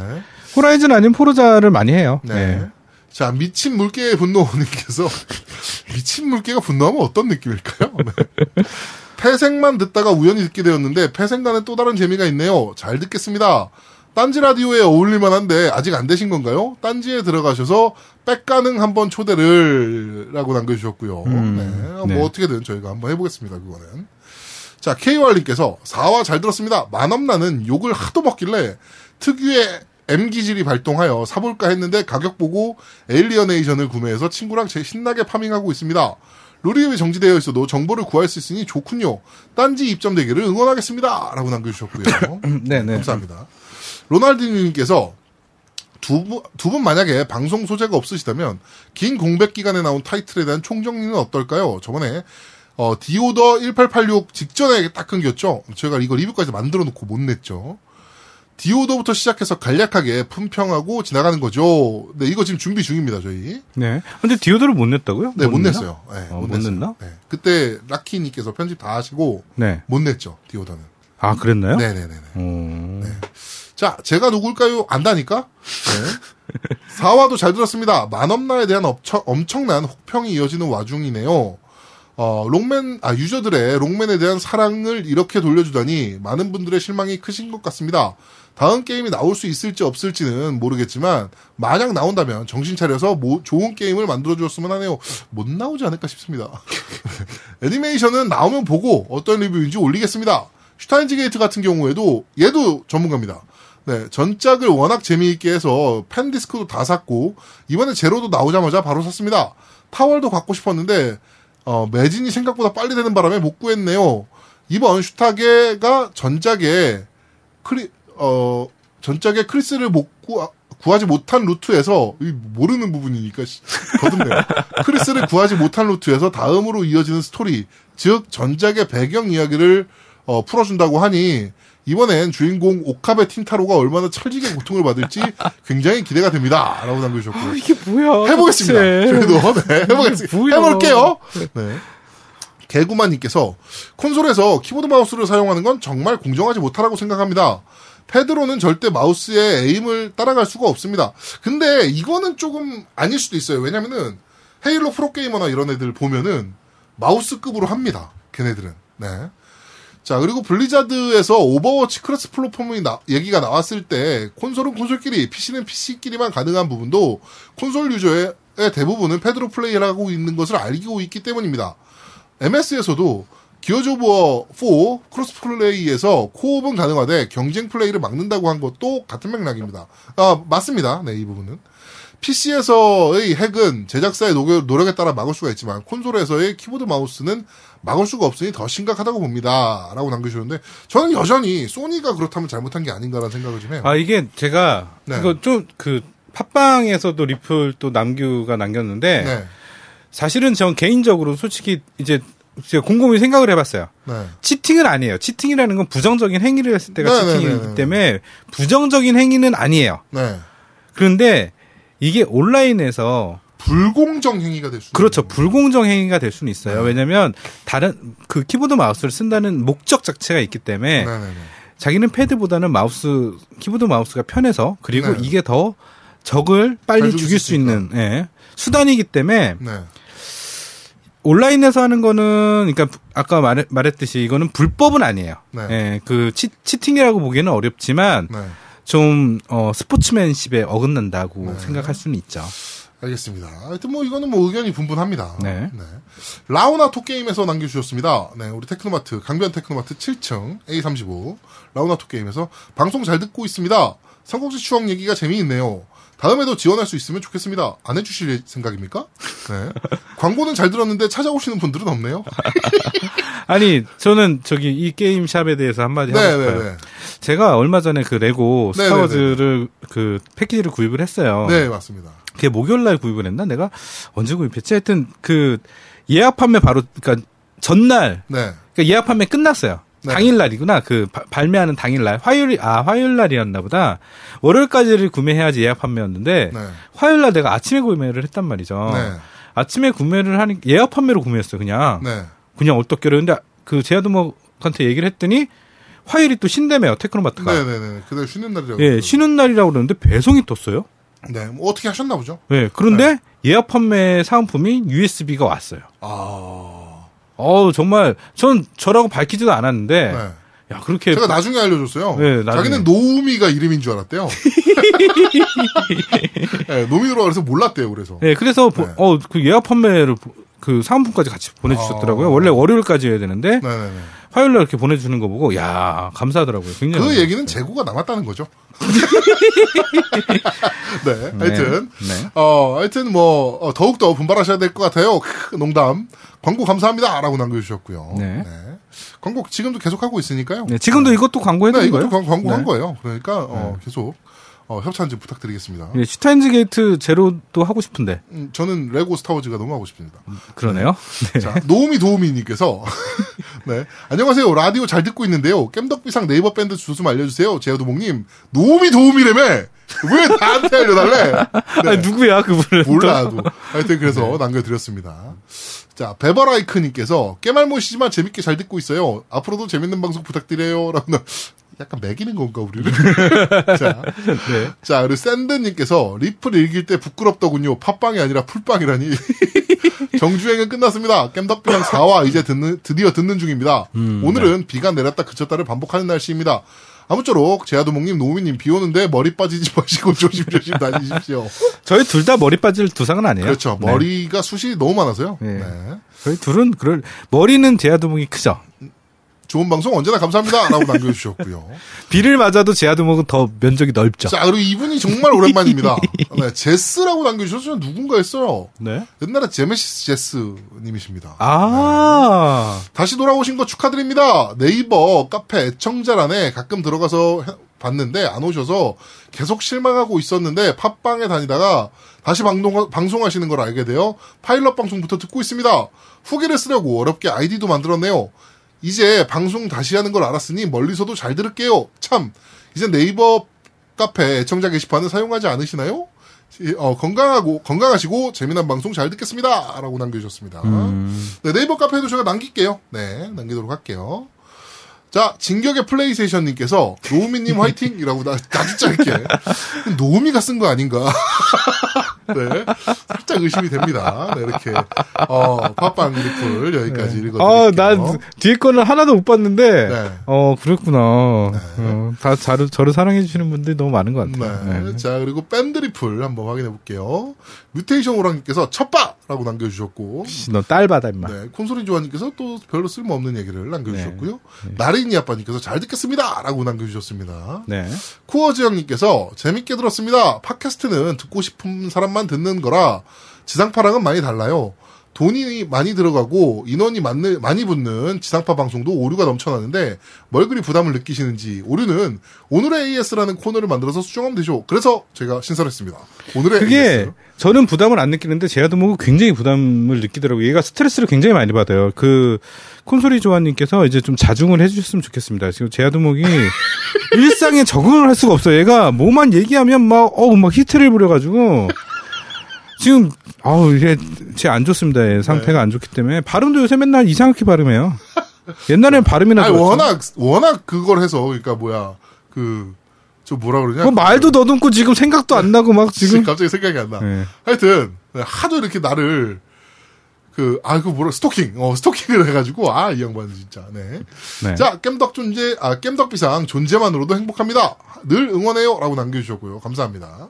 Speaker 2: 호라이즌 아닌 포르자를 많이 해요. 네.
Speaker 1: 네. 자, 미친 물개의 분노님께서 미친 물개가 분노하면 어떤 느낌일까요? 네. 폐생만 듣다가 우연히 듣게 되었는데 폐생단에 또 다른 재미가 있네요. 잘 듣겠습니다. 딴지 라디오에 어울릴만 한데 아직 안 되신 건가요? 딴지에 들어가셔서 백가능 한번 초대를 라고 남겨주셨고요. 네. 뭐
Speaker 4: 네.
Speaker 1: 어떻게든 저희가 한번 해보겠습니다. 그거는. 자, KY님께서 4화 잘 들었습니다. 만업나는 욕을 하도 먹길래 특유의 M기질이 발동하여 사볼까 했는데 가격 보고 에일리어네이션을 구매해서 친구랑 제 신나게 파밍하고 있습니다. 루리움이 정지되어 있어도 정보를 구할 수 있으니 좋군요. 딴지 입점되기를 응원하겠습니다. 라고 남겨주셨고요.
Speaker 4: 네, 네.
Speaker 1: 감사합니다. 로날드님께서 두 분, 두 분 만약에 방송 소재가 없으시다면 긴 공백 기간에 나온 타이틀에 대한 총정리는 어떨까요? 저번에 어, 디오더 1886 직전에 딱 끊겼죠. 제가 이거 리뷰까지 만들어 놓고 못 냈죠. 디오더부터 시작해서 간략하게 품평하고 지나가는 거죠. 네, 이거 지금 준비 중입니다, 저희.
Speaker 4: 네. 근데 디오드를 못 냈다고요?
Speaker 1: 네, 못
Speaker 4: 냈나?
Speaker 1: 냈어요. 네,
Speaker 4: 아, 못 냈나?
Speaker 1: 네. 그때 라키님께서 편집 다 하시고
Speaker 4: 네.
Speaker 1: 못 냈죠, 디오더는.
Speaker 4: 아, 그랬나요?
Speaker 1: 네네네네.
Speaker 4: 음.
Speaker 1: 자, 제가 누굴까요? 안다니까? 네. 사화도 잘 들었습니다. 만업나에 대한 엄청, 엄청난 혹평이 이어지는 와중이네요. 어, 롱맨, 아, 유저들의 롱맨에 대한 사랑을 이렇게 돌려주다니 많은 분들의 실망이 크신 것 같습니다. 다음 게임이 나올 수 있을지 없을지는 모르겠지만, 만약 나온다면 정신 차려서 뭐- 좋은 게임을 만들어주었으면 하네요. 못 나오지 않을까 싶습니다. 애니메이션은 나오면 보고 어떤 리뷰인지 올리겠습니다. 슈타인즈 게이트 같은 경우에도 얘도 전문가입니다. 네, 전작을 워낙 재미있게 해서 팬 디스크도 다 샀고 이번에 제로도 나오자마자 바로 샀습니다. 타월도 갖고 싶었는데 어, 매진이 생각보다 빨리 되는 바람에 못 구했네요. 이번 슈타게가 전작에 크리 어 전작에 크리스를 못 구하, 구하지 못한 루트에서 이 모르는 부분이니까 씨, 거듭네요. 크리스를 구하지 못한 루트에서 다음으로 이어지는 스토리 즉 전작의 배경 이야기를 어, 풀어준다고 하니 이번엔 주인공 오카베 틴타로가 얼마나 찰지게 고통을 받을지 굉장히 기대가 됩니다라고 남겨주셨고
Speaker 2: 아, 이게 뭐야?
Speaker 1: 해보겠습니다.
Speaker 2: 도대체.
Speaker 1: 저희도 네, 해보겠습니다.
Speaker 2: 뭐야.
Speaker 1: 해볼게요. 네. 개구마님께서 콘솔에서 키보드 마우스를 사용하는 건 정말 공정하지 못하라고 생각합니다. 패드로는 절대 마우스의 에임을 따라갈 수가 없습니다. 근데 이거는 조금 아닐 수도 있어요. 왜냐면은 헤일로 프로게이머나 이런 애들 보면은 마우스급으로 합니다. 걔네들은. 네. 자, 그리고 블리자드에서 오버워치 크로스 플랫폼이 나- 얘기가 나왔을 때 콘솔은 콘솔끼리, PC는 PC끼리만 가능한 부분도 콘솔 유저의 대부분은 패드로 플레이를 하고 있는 것을 알고 있기 때문입니다. MS에서도 기어즈 오브 워4 크로스 플레이에서 코옵은 가능하되 경쟁 플레이를 막는다고 한 것도 같은 맥락입니다. 아, 맞습니다. 네, 이 부분은. PC에서의 핵은 제작사의 노- 노력에 따라 막을 수가 있지만 콘솔에서의 키보드 마우스는 막을 수가 없으니 더 심각하다고 봅니다. 라고 남겨주셨는데 저는 여전히 소니가 그렇다면 잘못한 게 아닌가라는 생각을 좀 해요.
Speaker 2: 아 이게 제가
Speaker 1: 네.
Speaker 2: 그거 좀 그 팟빵에서도 리플 또 남규가 남겼는데
Speaker 1: 네.
Speaker 2: 사실은 전 개인적으로 솔직히 이제 제가 곰곰이 생각을 해봤어요.
Speaker 1: 네.
Speaker 2: 치팅은 아니에요. 치팅이라는 건 부정적인 행위를 했을 때가
Speaker 1: 네, 네, 네, 네.
Speaker 2: 치팅이기 때문에 부정적인 행위는 아니에요.
Speaker 1: 네.
Speaker 2: 그런데 이게 온라인에서
Speaker 1: 불공정 행위가 될 수.
Speaker 2: 그렇죠. 불공정 행위가 될 수는 있어요.
Speaker 1: 네.
Speaker 2: 왜냐면 하 다른 그 키보드 마우스를 쓴다는 목적 자체가 있기 때문에
Speaker 1: 네네네.
Speaker 2: 자기는 패드보다는 마우스 키보드 마우스가 편해서 그리고
Speaker 1: 네.
Speaker 2: 이게 더 적을 빨리
Speaker 1: 잘 죽일
Speaker 2: 죽일
Speaker 1: 수
Speaker 2: 수
Speaker 1: 있으니까.
Speaker 2: 있는 예, 수단이기 때문에
Speaker 1: 네.
Speaker 2: 온라인에서 하는 거는 그러니까 아까 말, 말했듯이 이거는 불법은 아니에요.
Speaker 1: 네.
Speaker 2: 예, 그 치, 치팅이라고 보기에는 어렵지만
Speaker 1: 네.
Speaker 2: 좀 어, 스포츠맨십에 어긋난다고
Speaker 1: 네.
Speaker 2: 생각할 수는 있죠.
Speaker 1: 알겠습니다. 하여튼 뭐 이거는 뭐 의견이 분분합니다.
Speaker 2: 네.
Speaker 1: 라우나토 게임에서 남겨주셨습니다. 네, 우리 테크노마트 강변 테크노마트 7층 A35 라우나토 게임에서 방송 잘 듣고 있습니다. 삼국지 추억 얘기가 재미있네요. 다음에도 지원할 수 있으면 좋겠습니다. 안 해주실 생각입니까? 네. 광고는 잘 들었는데 찾아오시는 분들은 없네요.
Speaker 2: 아니 저는 저기 이 게임 샵에 대해서 한마디 하고
Speaker 1: 네,
Speaker 2: 싶어요.
Speaker 1: 네, 네.
Speaker 2: 제가 얼마 전에 그 레고
Speaker 1: 네,
Speaker 2: 스타워즈를 그 패키지를 구입을 했어요.
Speaker 1: 네, 맞습니다.
Speaker 2: 그게 목요일 날 구입을 했나? 내가 언제 구입했지? 하여튼 그 예약 판매 바로 그러니까 전날
Speaker 1: 네.
Speaker 2: 그러니까 예약 판매 끝났어요.
Speaker 1: 네.
Speaker 2: 당일 날이구나. 그 바- 발매하는 당일 날 화요일 아 화요일 날이었나 보다. 월요일까지를 구매해야지 예약 판매였는데
Speaker 1: 네.
Speaker 2: 화요일 날 내가 아침에 구매를 했단 말이죠.
Speaker 1: 네.
Speaker 2: 아침에 구매를 하니 예약 판매로 구매했어요. 그냥
Speaker 1: 네.
Speaker 2: 그냥 얼떡결에 근데 그 제아도목한테 얘기를 했더니 화요일이 또 신대매요 테크노마트가
Speaker 4: 예,
Speaker 1: 네, 네, 네. 그날 쉬는 날이라고.
Speaker 2: 예 쉬는 날이라고 그러는데 배송이 떴어요.
Speaker 1: 네, 뭐 어떻게 하셨나 보죠.
Speaker 4: 네, 그런데 예약 판매 사은품인 USB가 왔어요.
Speaker 1: 아,
Speaker 4: 어우, 정말, 전 저라고 밝히지도 않았는데,
Speaker 1: 네.
Speaker 4: 야, 그렇게.
Speaker 1: 제가 나중에 알려줬어요.
Speaker 4: 예. 네, 나중에.
Speaker 1: 자기는 노우미가 이름인 줄 알았대요. 네, 노미로 그래서 몰랐대요. 그래서
Speaker 4: 네, 그래서, 보-
Speaker 1: 네.
Speaker 4: 어, 그 예약 판매를, 보- 그 사은품까지 같이 보내주셨더라고요.
Speaker 1: 아.
Speaker 4: 원래 월요일까지 해야 되는데,
Speaker 1: 네, 네, 네.
Speaker 4: 화요일날 이렇게 보내주는 거 보고, 야 감사하더라고요. 굉장히.
Speaker 1: 그 얘기는 재고가 남았다는 거죠. 네, 하여튼
Speaker 4: 네.
Speaker 1: 어, 하여튼 뭐 어, 더욱더 분발하셔야 될 것 같아요. 크, 농담. 광고 감사합니다라고 남겨주셨고요.
Speaker 4: 네.
Speaker 1: 광고 지금도 계속 하고 있으니까요.
Speaker 4: 네, 지금도 이것도 광고해도
Speaker 1: 네,
Speaker 4: 네, 거예요?
Speaker 1: 이것도 광- 광고한
Speaker 4: 네.
Speaker 1: 거예요. 그러니까 어, 계속 어, 협찬 좀 부탁드리겠습니다.
Speaker 4: 예, 슈타인즈 게이트 제로도 하고 싶은데.
Speaker 1: 음, 저는 레고 스타워즈가 너무 하고 싶습니다.
Speaker 4: 그러네요. 네.
Speaker 1: 자, 노우미 도우미님께서 네 안녕하세요 라디오 잘 듣고 있는데요 깸덕비상 네이버 밴드 주소 좀 알려주세요 제어도목님 노우미 도우미라며 왜 나한테 알려달래 네,
Speaker 4: 아, 누구야, 그분은. 또?
Speaker 1: 몰라도 하여튼 그래서
Speaker 4: 네.
Speaker 1: 남겨드렸습니다 자 베버라이크님께서 깨말못이지만 재밌게 잘 듣고 있어요 앞으로도 재밌는 방송 부탁드려요 라고 나- 약간 매기는 건가 우리를 자,
Speaker 4: 네.
Speaker 1: 자 그리고 샌드님께서 리플 읽을 때 부끄럽더군요 팟빵이 아니라 풀빵이라니 정주행은 끝났습니다. 깸덕비랑 4화 이제 듣는, 드디어 듣는 중입니다.
Speaker 4: 음, 네.
Speaker 1: 오늘은 비가 내렸다 그쳤다를 반복하는 날씨입니다. 아무쪼록 제아도목님, 노우미님 비 오는데 머리 빠지지 마시고 조심조심 다니십시오.
Speaker 4: 저희 둘 다 머리 빠질 두상은 아니에요.
Speaker 1: 그렇죠.
Speaker 4: 네.
Speaker 1: 머리가 숱이 너무 많아서요.
Speaker 4: 네.
Speaker 1: 네.
Speaker 4: 저희 둘은 그럴 머리는 제아두목이 크죠.
Speaker 1: 좋은 방송 언제나 감사합니다. 라고 남겨주셨고요.
Speaker 4: 비를 맞아도 제아두목은 더 면적이 넓죠.
Speaker 1: 자, 그리고 이분이 정말 오랜만입니다. 네, 제스라고 남겨주셨으면 누군가 했어요.
Speaker 4: 네.
Speaker 1: 옛날에 제메시스 제스님이십니다.
Speaker 4: 아.
Speaker 1: 다시 돌아오신 거 축하드립니다. 네이버 카페 애청자란에 가끔 들어가서 해- 봤는데 안 오셔서 계속 실망하고 있었는데 팟빵에 다니다가 다시 방동, 방송하시는 걸 알게 되어 파일럿 방송부터 듣고 있습니다. 후기를 쓰려고 어렵게 아이디도 만들었네요. 이제 방송 다시 하는 걸 알았으니 멀리서도 잘 들을게요. 참, 이제 네이버 카페 애청자 게시판을 사용하지 않으시나요? 시- 어, 건강하고 건강하시고 재미난 방송 잘 듣겠습니다라고 남겨주셨습니다. 네, 네이버 카페에도 제가 남길게요. 네, 남기도록 할게요. 자, 진격의 플레이스테이션님께서 노우미님 화이팅이라고 나, 아주 짧게 노우미가 쓴 거 아닌가? 네, 살짝 의심이 됩니다. 네, 이렇게 어, 팟빵 리플 여기까지
Speaker 2: 아,
Speaker 1: 네. 읽어드릴게요.
Speaker 2: 난 뒤에 거는 하나도 못 봤는데.
Speaker 1: 네.
Speaker 2: 어, 그랬구나. 어, 다 자르, 저를 사랑해주시는 분들이 너무 많은 것 같아요.
Speaker 1: 네. 자, 그리고 밴드리플 한번 확인해 볼게요. 뮤테이션 오랑님께서 첫바라고 남겨주셨고,
Speaker 2: 너딸 받아, 임마.
Speaker 1: 네. 콘솔이 좋아님께서 또 별로 쓸모없는 얘기를 남겨주셨고요. 나린이 아빠님께서 잘 듣겠습니다! 라고 남겨주셨습니다.
Speaker 2: 네.
Speaker 1: 쿠어지 형님께서 재밌게 들었습니다. 팟캐스트는 듣고 싶은 사람만 듣는 거라 지상파랑은 많이 달라요. 돈이 많이 들어가고 인원이 많- 많이 붙는 지상파 방송도 오류가 넘쳐나는데 뭘 그리 부담을 느끼시는지 오류는 오늘의 AS라는 코너를 만들어서 수정하면 되죠. 그래서 제가 신설했습니다. 오늘의
Speaker 2: 그게
Speaker 1: AS.
Speaker 2: 저는 부담을 안 느끼는데 제아도목은 뭐 굉장히 부담을 느끼더라고요. 얘가 스트레스를 굉장히 많이 받아요. 그 콘솔이 조아님께서 이제 좀 자중을 해주셨으면 좋겠습니다. 지금 제아도목이 일상에 적응을 할 수가 없어요. 얘가 뭐만 얘기하면 막 어우 막 히트를 부려가지고 지금 아우 이게 제 안 좋습니다. 얘 상태가
Speaker 1: 네.
Speaker 2: 안 좋기 때문에 발음도 요새 맨날 이상하게 발음해요. 옛날에는 발음이나 그렇죠.
Speaker 1: 아니,
Speaker 2: 좋았죠.
Speaker 1: 워낙 워낙 그걸 해서 그러니까 뭐야 그 저 뭐라 그러냐?
Speaker 2: 뭐 말도 더듬고 지금 생각도 안 나고 막
Speaker 1: 지금
Speaker 2: 지금
Speaker 1: 갑자기 생각이 안 나.
Speaker 2: 네.
Speaker 1: 하여튼 하도 이렇게 나를 그 아 그 뭐라 스토킹 어 스토킹을 해가지고 아 이 양반 진짜 네.
Speaker 2: 네.
Speaker 1: 자 겜덕 존재 아 겜덕 비상 존재만으로도 행복합니다. 늘 응원해요라고 남겨주셨고요 감사합니다.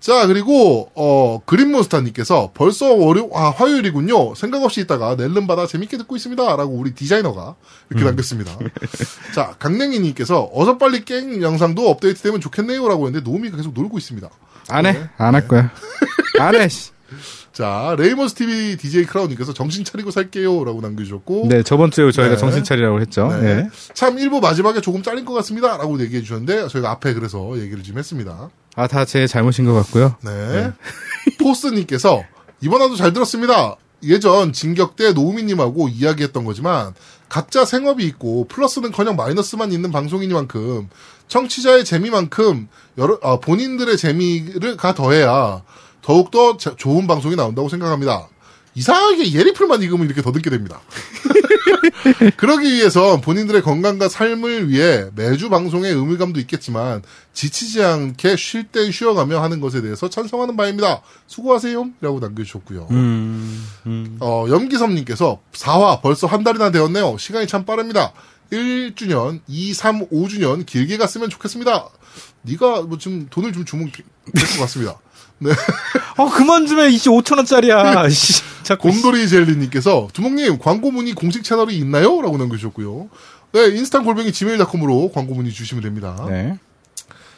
Speaker 1: 자 그리고 어 그린몬스타님께서 벌써 월요 아 화요일이군요 생각 없이 있다가 낼름 바다 재밌게 듣고 있습니다라고 우리 디자이너가 이렇게 남겼습니다. 자 강냉이님께서 어서 빨리 깽 영상도 업데이트되면 좋겠네요라고 했는데 노미가 계속 놀고 있습니다.
Speaker 2: 안 해. 안 할 거야.
Speaker 1: 네.
Speaker 2: 안 해. 씨.
Speaker 1: 자, 레이먼스 TV DJ 크라운님께서 정신 차리고 살게요라고 남겨주셨고,
Speaker 2: 네, 저번 주에 저희가
Speaker 1: 네.
Speaker 2: 정신 차리라고 했죠.
Speaker 1: 네.
Speaker 2: 네.
Speaker 1: 참 일부 마지막에 조금 잘린 것 같습니다라고 얘기해 주셨는데 저희가 앞에 그래서 얘기를 좀 했습니다.
Speaker 2: 아, 다 제 잘못인 것 같고요.
Speaker 1: 네, 포스님께서 이번화도 잘 들었습니다. 예전 진격 때 노우미님하고 이야기했던 거지만 각자 생업이 있고 플러스는커녕 마이너스만 있는 방송이니만큼 청취자의 재미만큼 여러- 아, 본인들의 재미를 가 더해야 더욱더 자- 좋은 방송이 나온다고 생각합니다. 이상하게 예리풀만 익으면 이렇게 더듬게 됩니다. 그러기 위해서 본인들의 건강과 삶을 위해 매주 방송에 의무감도 있겠지만 지치지 않게 쉴 땐 쉬어가며 하는 것에 대해서 찬성하는 바입니다. 수고하세요. 라고 남겨주셨고요.
Speaker 2: 음.
Speaker 1: 어, 염기섭님께서 4화 벌써 한 달이나 되었네요. 시간이 참 빠릅니다. 1주년, 2, 3, 5주년 길게 갔으면 좋겠습니다. 네가 뭐 지금 돈을 좀 주면 될 것 같습니다.
Speaker 2: 어 그만 좀해 이씨 5천 원짜리야. 씨, 자꾸 씨.
Speaker 1: 곰돌이 젤리님께서 두목님 광고 문의 공식 채널이 있나요? 라고 남겨주셨고요. 네, 인스탄 골뱅이 지메일닷컴으로 광고 문의 주시면 됩니다.
Speaker 2: 네.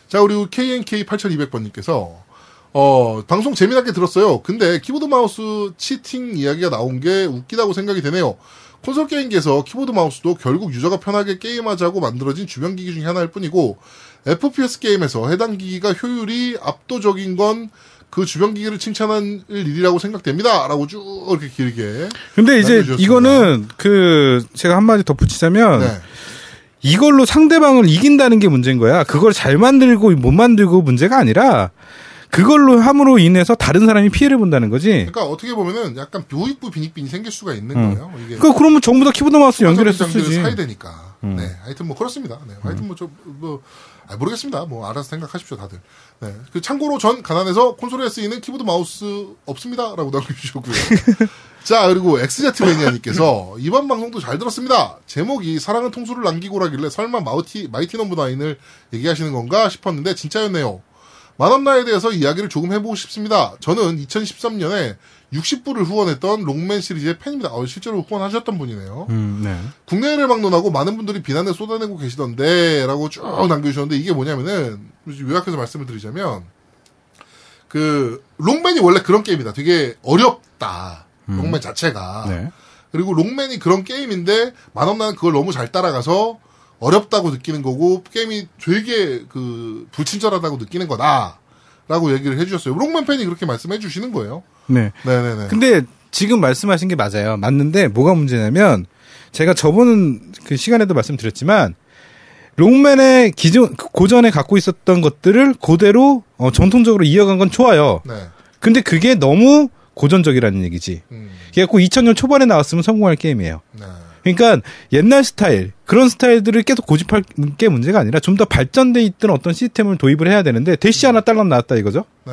Speaker 1: 자, 그리고 KNK8200번님께서, 어, 방송 재미나게 들었어요. 근데 키보드 마우스 치팅 이야기가 나온 게 웃기다고 생각이 되네요. 콘솔 게임기에서 키보드 마우스도 결국 유저가 편하게 게임하자고 만들어진 주변 기기 중에 하나일 뿐이고, FPS 게임에서 해당 기기가 효율이 압도적인 건 그 주변 기기를 칭찬할 일이라고 생각됩니다. 라고 쭉 이렇게 네. 길게.
Speaker 2: 근데 이제
Speaker 1: 남겨주셨습니다.
Speaker 2: 이거는 그 제가 한마디 덧붙이자면
Speaker 1: 네.
Speaker 2: 이걸로 상대방을 이긴다는 게 문제인 거야. 그걸 잘 만들고 못 만들고 문제가 아니라 그걸로 함으로 인해서 다른 사람이 피해를 본다는 거지.
Speaker 1: 그러니까 어떻게 보면은 약간 교육부 빈익빈이 생길 수가 있는 거예요. 이게
Speaker 2: 그 그러면 전부 다 키보드 마우스 연결해서
Speaker 1: 사람들은
Speaker 2: 쓰지. 음.
Speaker 1: 사야 되니까. 네, 하여튼 뭐 그렇습니다. 네, 하여튼 뭐 좀 뭐 모르겠습니다. 뭐 알아서 생각하십시오 다들. 네, 그 참고로 전 가난해서 콘솔에 쓰이는 키보드 마우스 없습니다라고 남겨주셨고요. 자 그리고 엑스제트 매니아님께서 이번 방송도 잘 들었습니다. 제목이 사랑은 통수를 남기고라길래 설마 마우티 마이티 넘버 나인을 얘기하시는 건가 싶었는데 진짜였네요. 만업나에 대해서 이야기를 조금 해보고 싶습니다. 저는 2013년에 60부를 후원했던 롱맨 시리즈의 팬입니다. 어, 실제로 후원하셨던 분이네요.
Speaker 2: 음, 네.
Speaker 1: 국내를 막론하고 많은 분들이 비난을 쏟아내고 계시던데 라고 쭉 남겨주셨는데 이게 뭐냐면은 요약해서 말씀을 드리자면 그 롱맨이 원래 그런 게임이다 되게 어렵다 롱맨 자체가
Speaker 2: 음. 네.
Speaker 1: 그리고 롱맨이 그런 게임인데 만업나는 그걸 너무 잘 따라가서 어렵다고 느끼는 거고 게임이 되게 그 불친절하다고 느끼는 거다 라고 얘기를 해주셨어요 롱맨 팬이 그렇게 말씀해 주시는 거예요
Speaker 2: 네.
Speaker 1: 네네네
Speaker 2: 근데 지금 말씀하신 게 맞아요. 맞는데 뭐가 문제냐면 제가 저번 그 시간에도 말씀드렸지만 롱맨의 기존 고전에 갖고 있었던 것들을 그대로 어, 전통적으로 이어간 건 좋아요.
Speaker 1: 네
Speaker 2: 근데 그게 너무 고전적이라는 얘기지.
Speaker 1: 음,
Speaker 2: 그래갖고 2000년 초반에 나왔으면 성공할 게임이에요.
Speaker 1: 네.
Speaker 2: 그러니까 옛날 스타일 그런 스타일들을 계속 고집할 게 문제가 아니라 좀 더 발전돼 있던 어떤 시스템을 도입을 해야 되는데 대시 하나 딸랑 나왔다 이거죠?
Speaker 1: 네.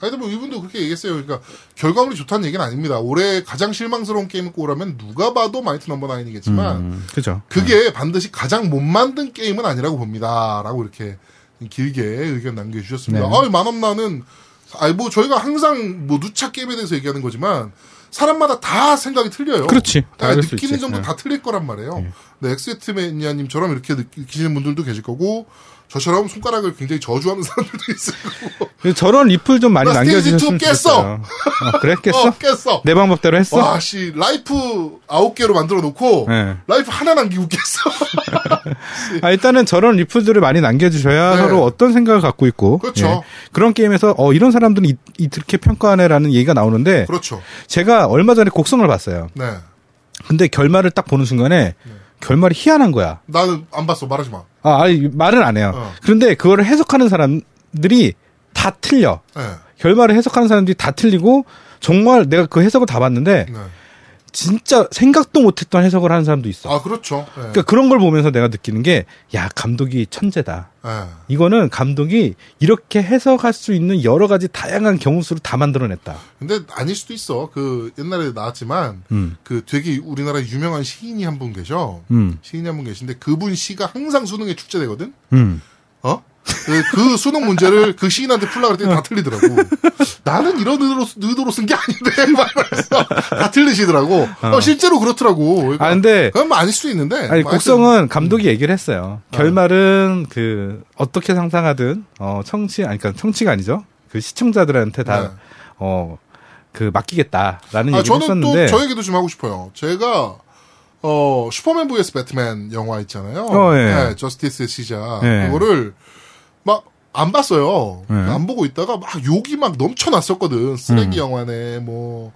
Speaker 1: 하여튼 뭐 이분도 그렇게 얘기했어요. 그러니까 결과물이 좋다는 얘기는 아닙니다. 올해 가장 실망스러운 게임을 꼽으라면 누가 봐도 마이트 넘버 나인이겠지만
Speaker 2: 음. 그죠?
Speaker 1: 그게 반드시 가장 못 만든 게임은 아니라고 봅니다. 라고 이렇게 길게 의견 남겨주셨습니다.
Speaker 2: 네.
Speaker 1: 아, 만업나는, 아니 뭐 저희가 항상 뭐 누차 게임에 대해서 얘기하는 거지만 사람마다 다 생각이 틀려요.
Speaker 2: 그렇지. 그렇죠. 다
Speaker 1: 아니,
Speaker 2: 그럴 수
Speaker 1: 음. 느끼는
Speaker 2: 있지.
Speaker 1: 점도
Speaker 2: 네.
Speaker 1: 다 틀릴 거란 말이에요. 네, 엑스트매니아님처럼 이렇게 느끼시는 분들도 계실 거고 저처럼 손가락을 굉장히 저주하는 사람들도 있을 거고.
Speaker 2: 그래서 저런 리플 좀 많이
Speaker 1: 나 스테이지
Speaker 2: 남겨주셨으면
Speaker 1: 투 깼어.
Speaker 2: 좋겠어요. 어, 그래 깼어?
Speaker 1: 어, 깼어.
Speaker 2: 내 방법대로 했어?
Speaker 1: 와, 씨, 라이프 아홉 개로 만들어 놓고,
Speaker 2: 네.
Speaker 1: 라이프 하나 남기고 깼어.
Speaker 2: 아, 일단은 저런 리플들을 많이
Speaker 1: 네.
Speaker 2: 남겨주셔야 서로 어떤 생각을 갖고 있고
Speaker 1: 그렇죠.
Speaker 2: 그런 게임에서 어 이런 사람들은 이, 이렇게 평가하네라는 얘기가 나오는데
Speaker 1: 그렇죠.
Speaker 2: 제가 얼마 전에 곡성을 봤어요.
Speaker 1: 네.
Speaker 2: 근데 결말을 딱 보는 순간에 결말이 희한한 거야.
Speaker 1: 나는 안 봤어. 말하지 마.
Speaker 2: 아, 아니, 말은 안 해요.
Speaker 1: 어.
Speaker 2: 그런데 그거를 해석하는 사람들이 다 틀려.
Speaker 1: 네.
Speaker 2: 결말을 해석하는 사람들이 다 틀리고 정말 내가 그 해석을 다 봤는데
Speaker 1: 네.
Speaker 2: 진짜 생각도 못했던 해석을 하는 사람도 있어.
Speaker 1: 아, 그렇죠. 네.
Speaker 2: 그러니까 그런 걸 보면서 내가 느끼는 게 야 감독이 천재다.
Speaker 1: 네.
Speaker 2: 이거는 감독이 이렇게 해석할 수 있는 여러 가지 다양한 경우 수를 다 만들어냈다.
Speaker 1: 근데 아닐 수도 있어. 그 옛날에 나왔지만
Speaker 2: 음.
Speaker 1: 그 되게 우리나라 유명한 시인이 한 분 계셔.
Speaker 2: 음.
Speaker 1: 시인이 한 분 계신데 그분 시가 항상 수능에 축제되거든.
Speaker 2: 음.
Speaker 1: 어? 그, 그 수능 문제를 그 시인한테 풀라 그랬더니 다 틀리더라고. 나는 이런 의도로, 의도로 쓴 게 아닌데, 말해서 다 틀리시더라고. 어, 실제로 그렇더라고.
Speaker 2: 아 근데
Speaker 1: 그건 뭐 아닐 수도 있는데.
Speaker 2: 아니
Speaker 1: 뭐
Speaker 2: 곡성은 감독이 얘기를 했어요. 결말은 그 어떻게 상상하든 어 청취 아니 그러니까 청취가 아니죠. 그 시청자들한테
Speaker 1: 네.
Speaker 2: 다 어 그
Speaker 1: 하여튼.
Speaker 2: 맡기겠다라는
Speaker 1: 아,
Speaker 2: 얘기를
Speaker 1: 저는 또
Speaker 2: 했었는데
Speaker 1: 저 얘기도 좀 하고 싶어요. 제가, 어, 슈퍼맨 vs 배트맨 영화 있잖아요. 네,
Speaker 2: 어, 예.
Speaker 1: 저스티스의 시작.
Speaker 2: 예.
Speaker 1: 그거를 막, 안 봤어요.
Speaker 2: 예.
Speaker 1: 안 보고 있다가 막 욕이 막 넘쳐났었거든. 쓰레기 영화네, 뭐.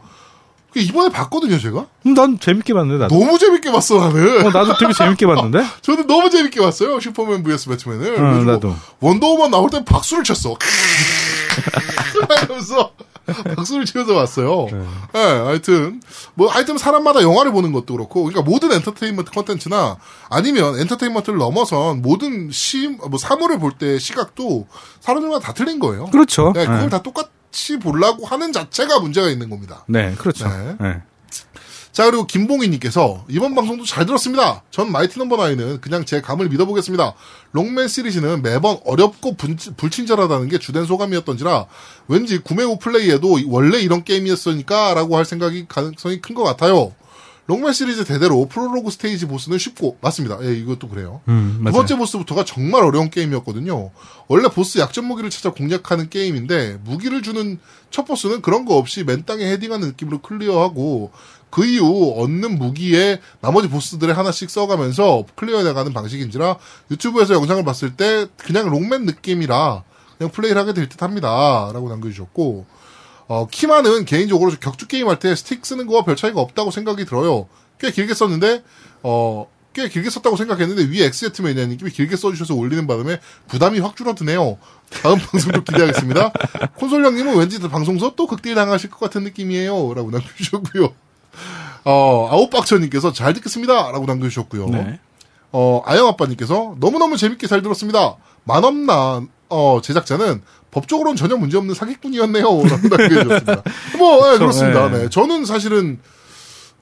Speaker 1: 그 이번에 봤거든요, 제가.
Speaker 2: 음, 난 재밌게 봤는데 나도
Speaker 1: 너무 재밌게 봤어, 나는.
Speaker 2: 어, 나도 되게 재밌게 봤는데
Speaker 1: 저는 너무 재밌게 봤어요. 슈퍼맨 vs 배트맨을.
Speaker 2: 응,
Speaker 1: 그래가지고
Speaker 2: 나도.
Speaker 1: 원더우먼 나올 땐 박수를 쳤어. 이러면서 박수를 치면서 왔어요. 예, 하여튼 뭐 하여튼 사람마다 영화를 보는 것도 그렇고, 그러니까 모든 엔터테인먼트 콘텐츠나 아니면 엔터테인먼트를 넘어선 모든 시뭐 사물을 볼 때 시각도 사람들마다 다 틀린 거예요.
Speaker 2: 그렇죠.
Speaker 1: 네, 그걸
Speaker 2: 네.
Speaker 1: 다 똑같이 보려고 하는 자체가 문제가 있는 겁니다.
Speaker 2: 네, 그렇죠.
Speaker 1: 네.
Speaker 2: 네.
Speaker 1: 자 그리고 김봉희님께서 이번 방송도 잘 들었습니다. 전 마이티 넘버 나인은 그냥 제 감을 믿어보겠습니다. 롱맨 시리즈는 매번 어렵고 분- 불친절하다는 게 주된 소감이었던지라 왠지 구매 후 플레이에도 원래 이런 게임이었으니까라고 할 생각이 가능성이 큰 것 같아요. 롱맨 시리즈 대대로 프롤로그 스테이지 보스는 쉽고 맞습니다. 예, 이것도 그래요.
Speaker 2: 음,
Speaker 1: 두 번째 보스부터가 정말 어려운 게임이었거든요. 원래 보스 약점 무기를 찾아 공략하는 게임인데 무기를 주는 첫 보스는 그런 거 없이 맨 땅에 헤딩하는 느낌으로 클리어하고 그 이후 얻는 무기에 나머지 보스들을 하나씩 써가면서 클리어해나가는 방식인지라 유튜브에서 영상을 봤을 때 그냥 롱맨 느낌이라 그냥 플레이를 하게 될 듯 합니다. 라고 남겨주셨고 어, 키마는 개인적으로 격투 게임 할 때 스틱 쓰는 거와 별 차이가 없다고 생각이 들어요. 꽤 길게 썼는데, 어, 꽤 길게 썼다고 생각했는데, 위에 엑스제트 매니아님이 길게 써주셔서 올리는 바람에 부담이 확 줄어드네요. 다음 방송도 기대하겠습니다. 콘솔 형님은 왠지 방송서 또 극딜 당하실 것 같은 느낌이에요. 라고 남겨주셨고요. 어, 아웃박처님께서 잘 듣겠습니다. 라고 남겨주셨고요.
Speaker 2: 네.
Speaker 1: 어, 아영아빠님께서 너무너무 재밌게 잘 들었습니다. 만업나, 어, 제작자는 법적으로는 전혀 문제없는 사기꾼이었네요. 라고 남겨주셨습니다. 뭐, 예, 그렇습니다.
Speaker 2: 네.
Speaker 1: 네. 저는 사실은,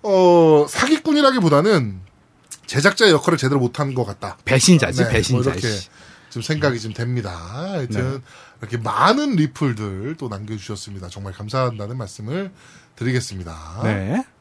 Speaker 1: 어, 사기꾼이라기보다는 제작자의 역할을 제대로 못한 것 같다.
Speaker 2: 배신자지, 배신자.
Speaker 1: 뭐 이렇게
Speaker 2: 씨. 네.
Speaker 1: 좀 생각이 좀 됩니다. 하여튼, 이렇게 많은 리플들 또 남겨주셨습니다. 정말 감사한다는 말씀을 드리겠습니다.
Speaker 2: 네.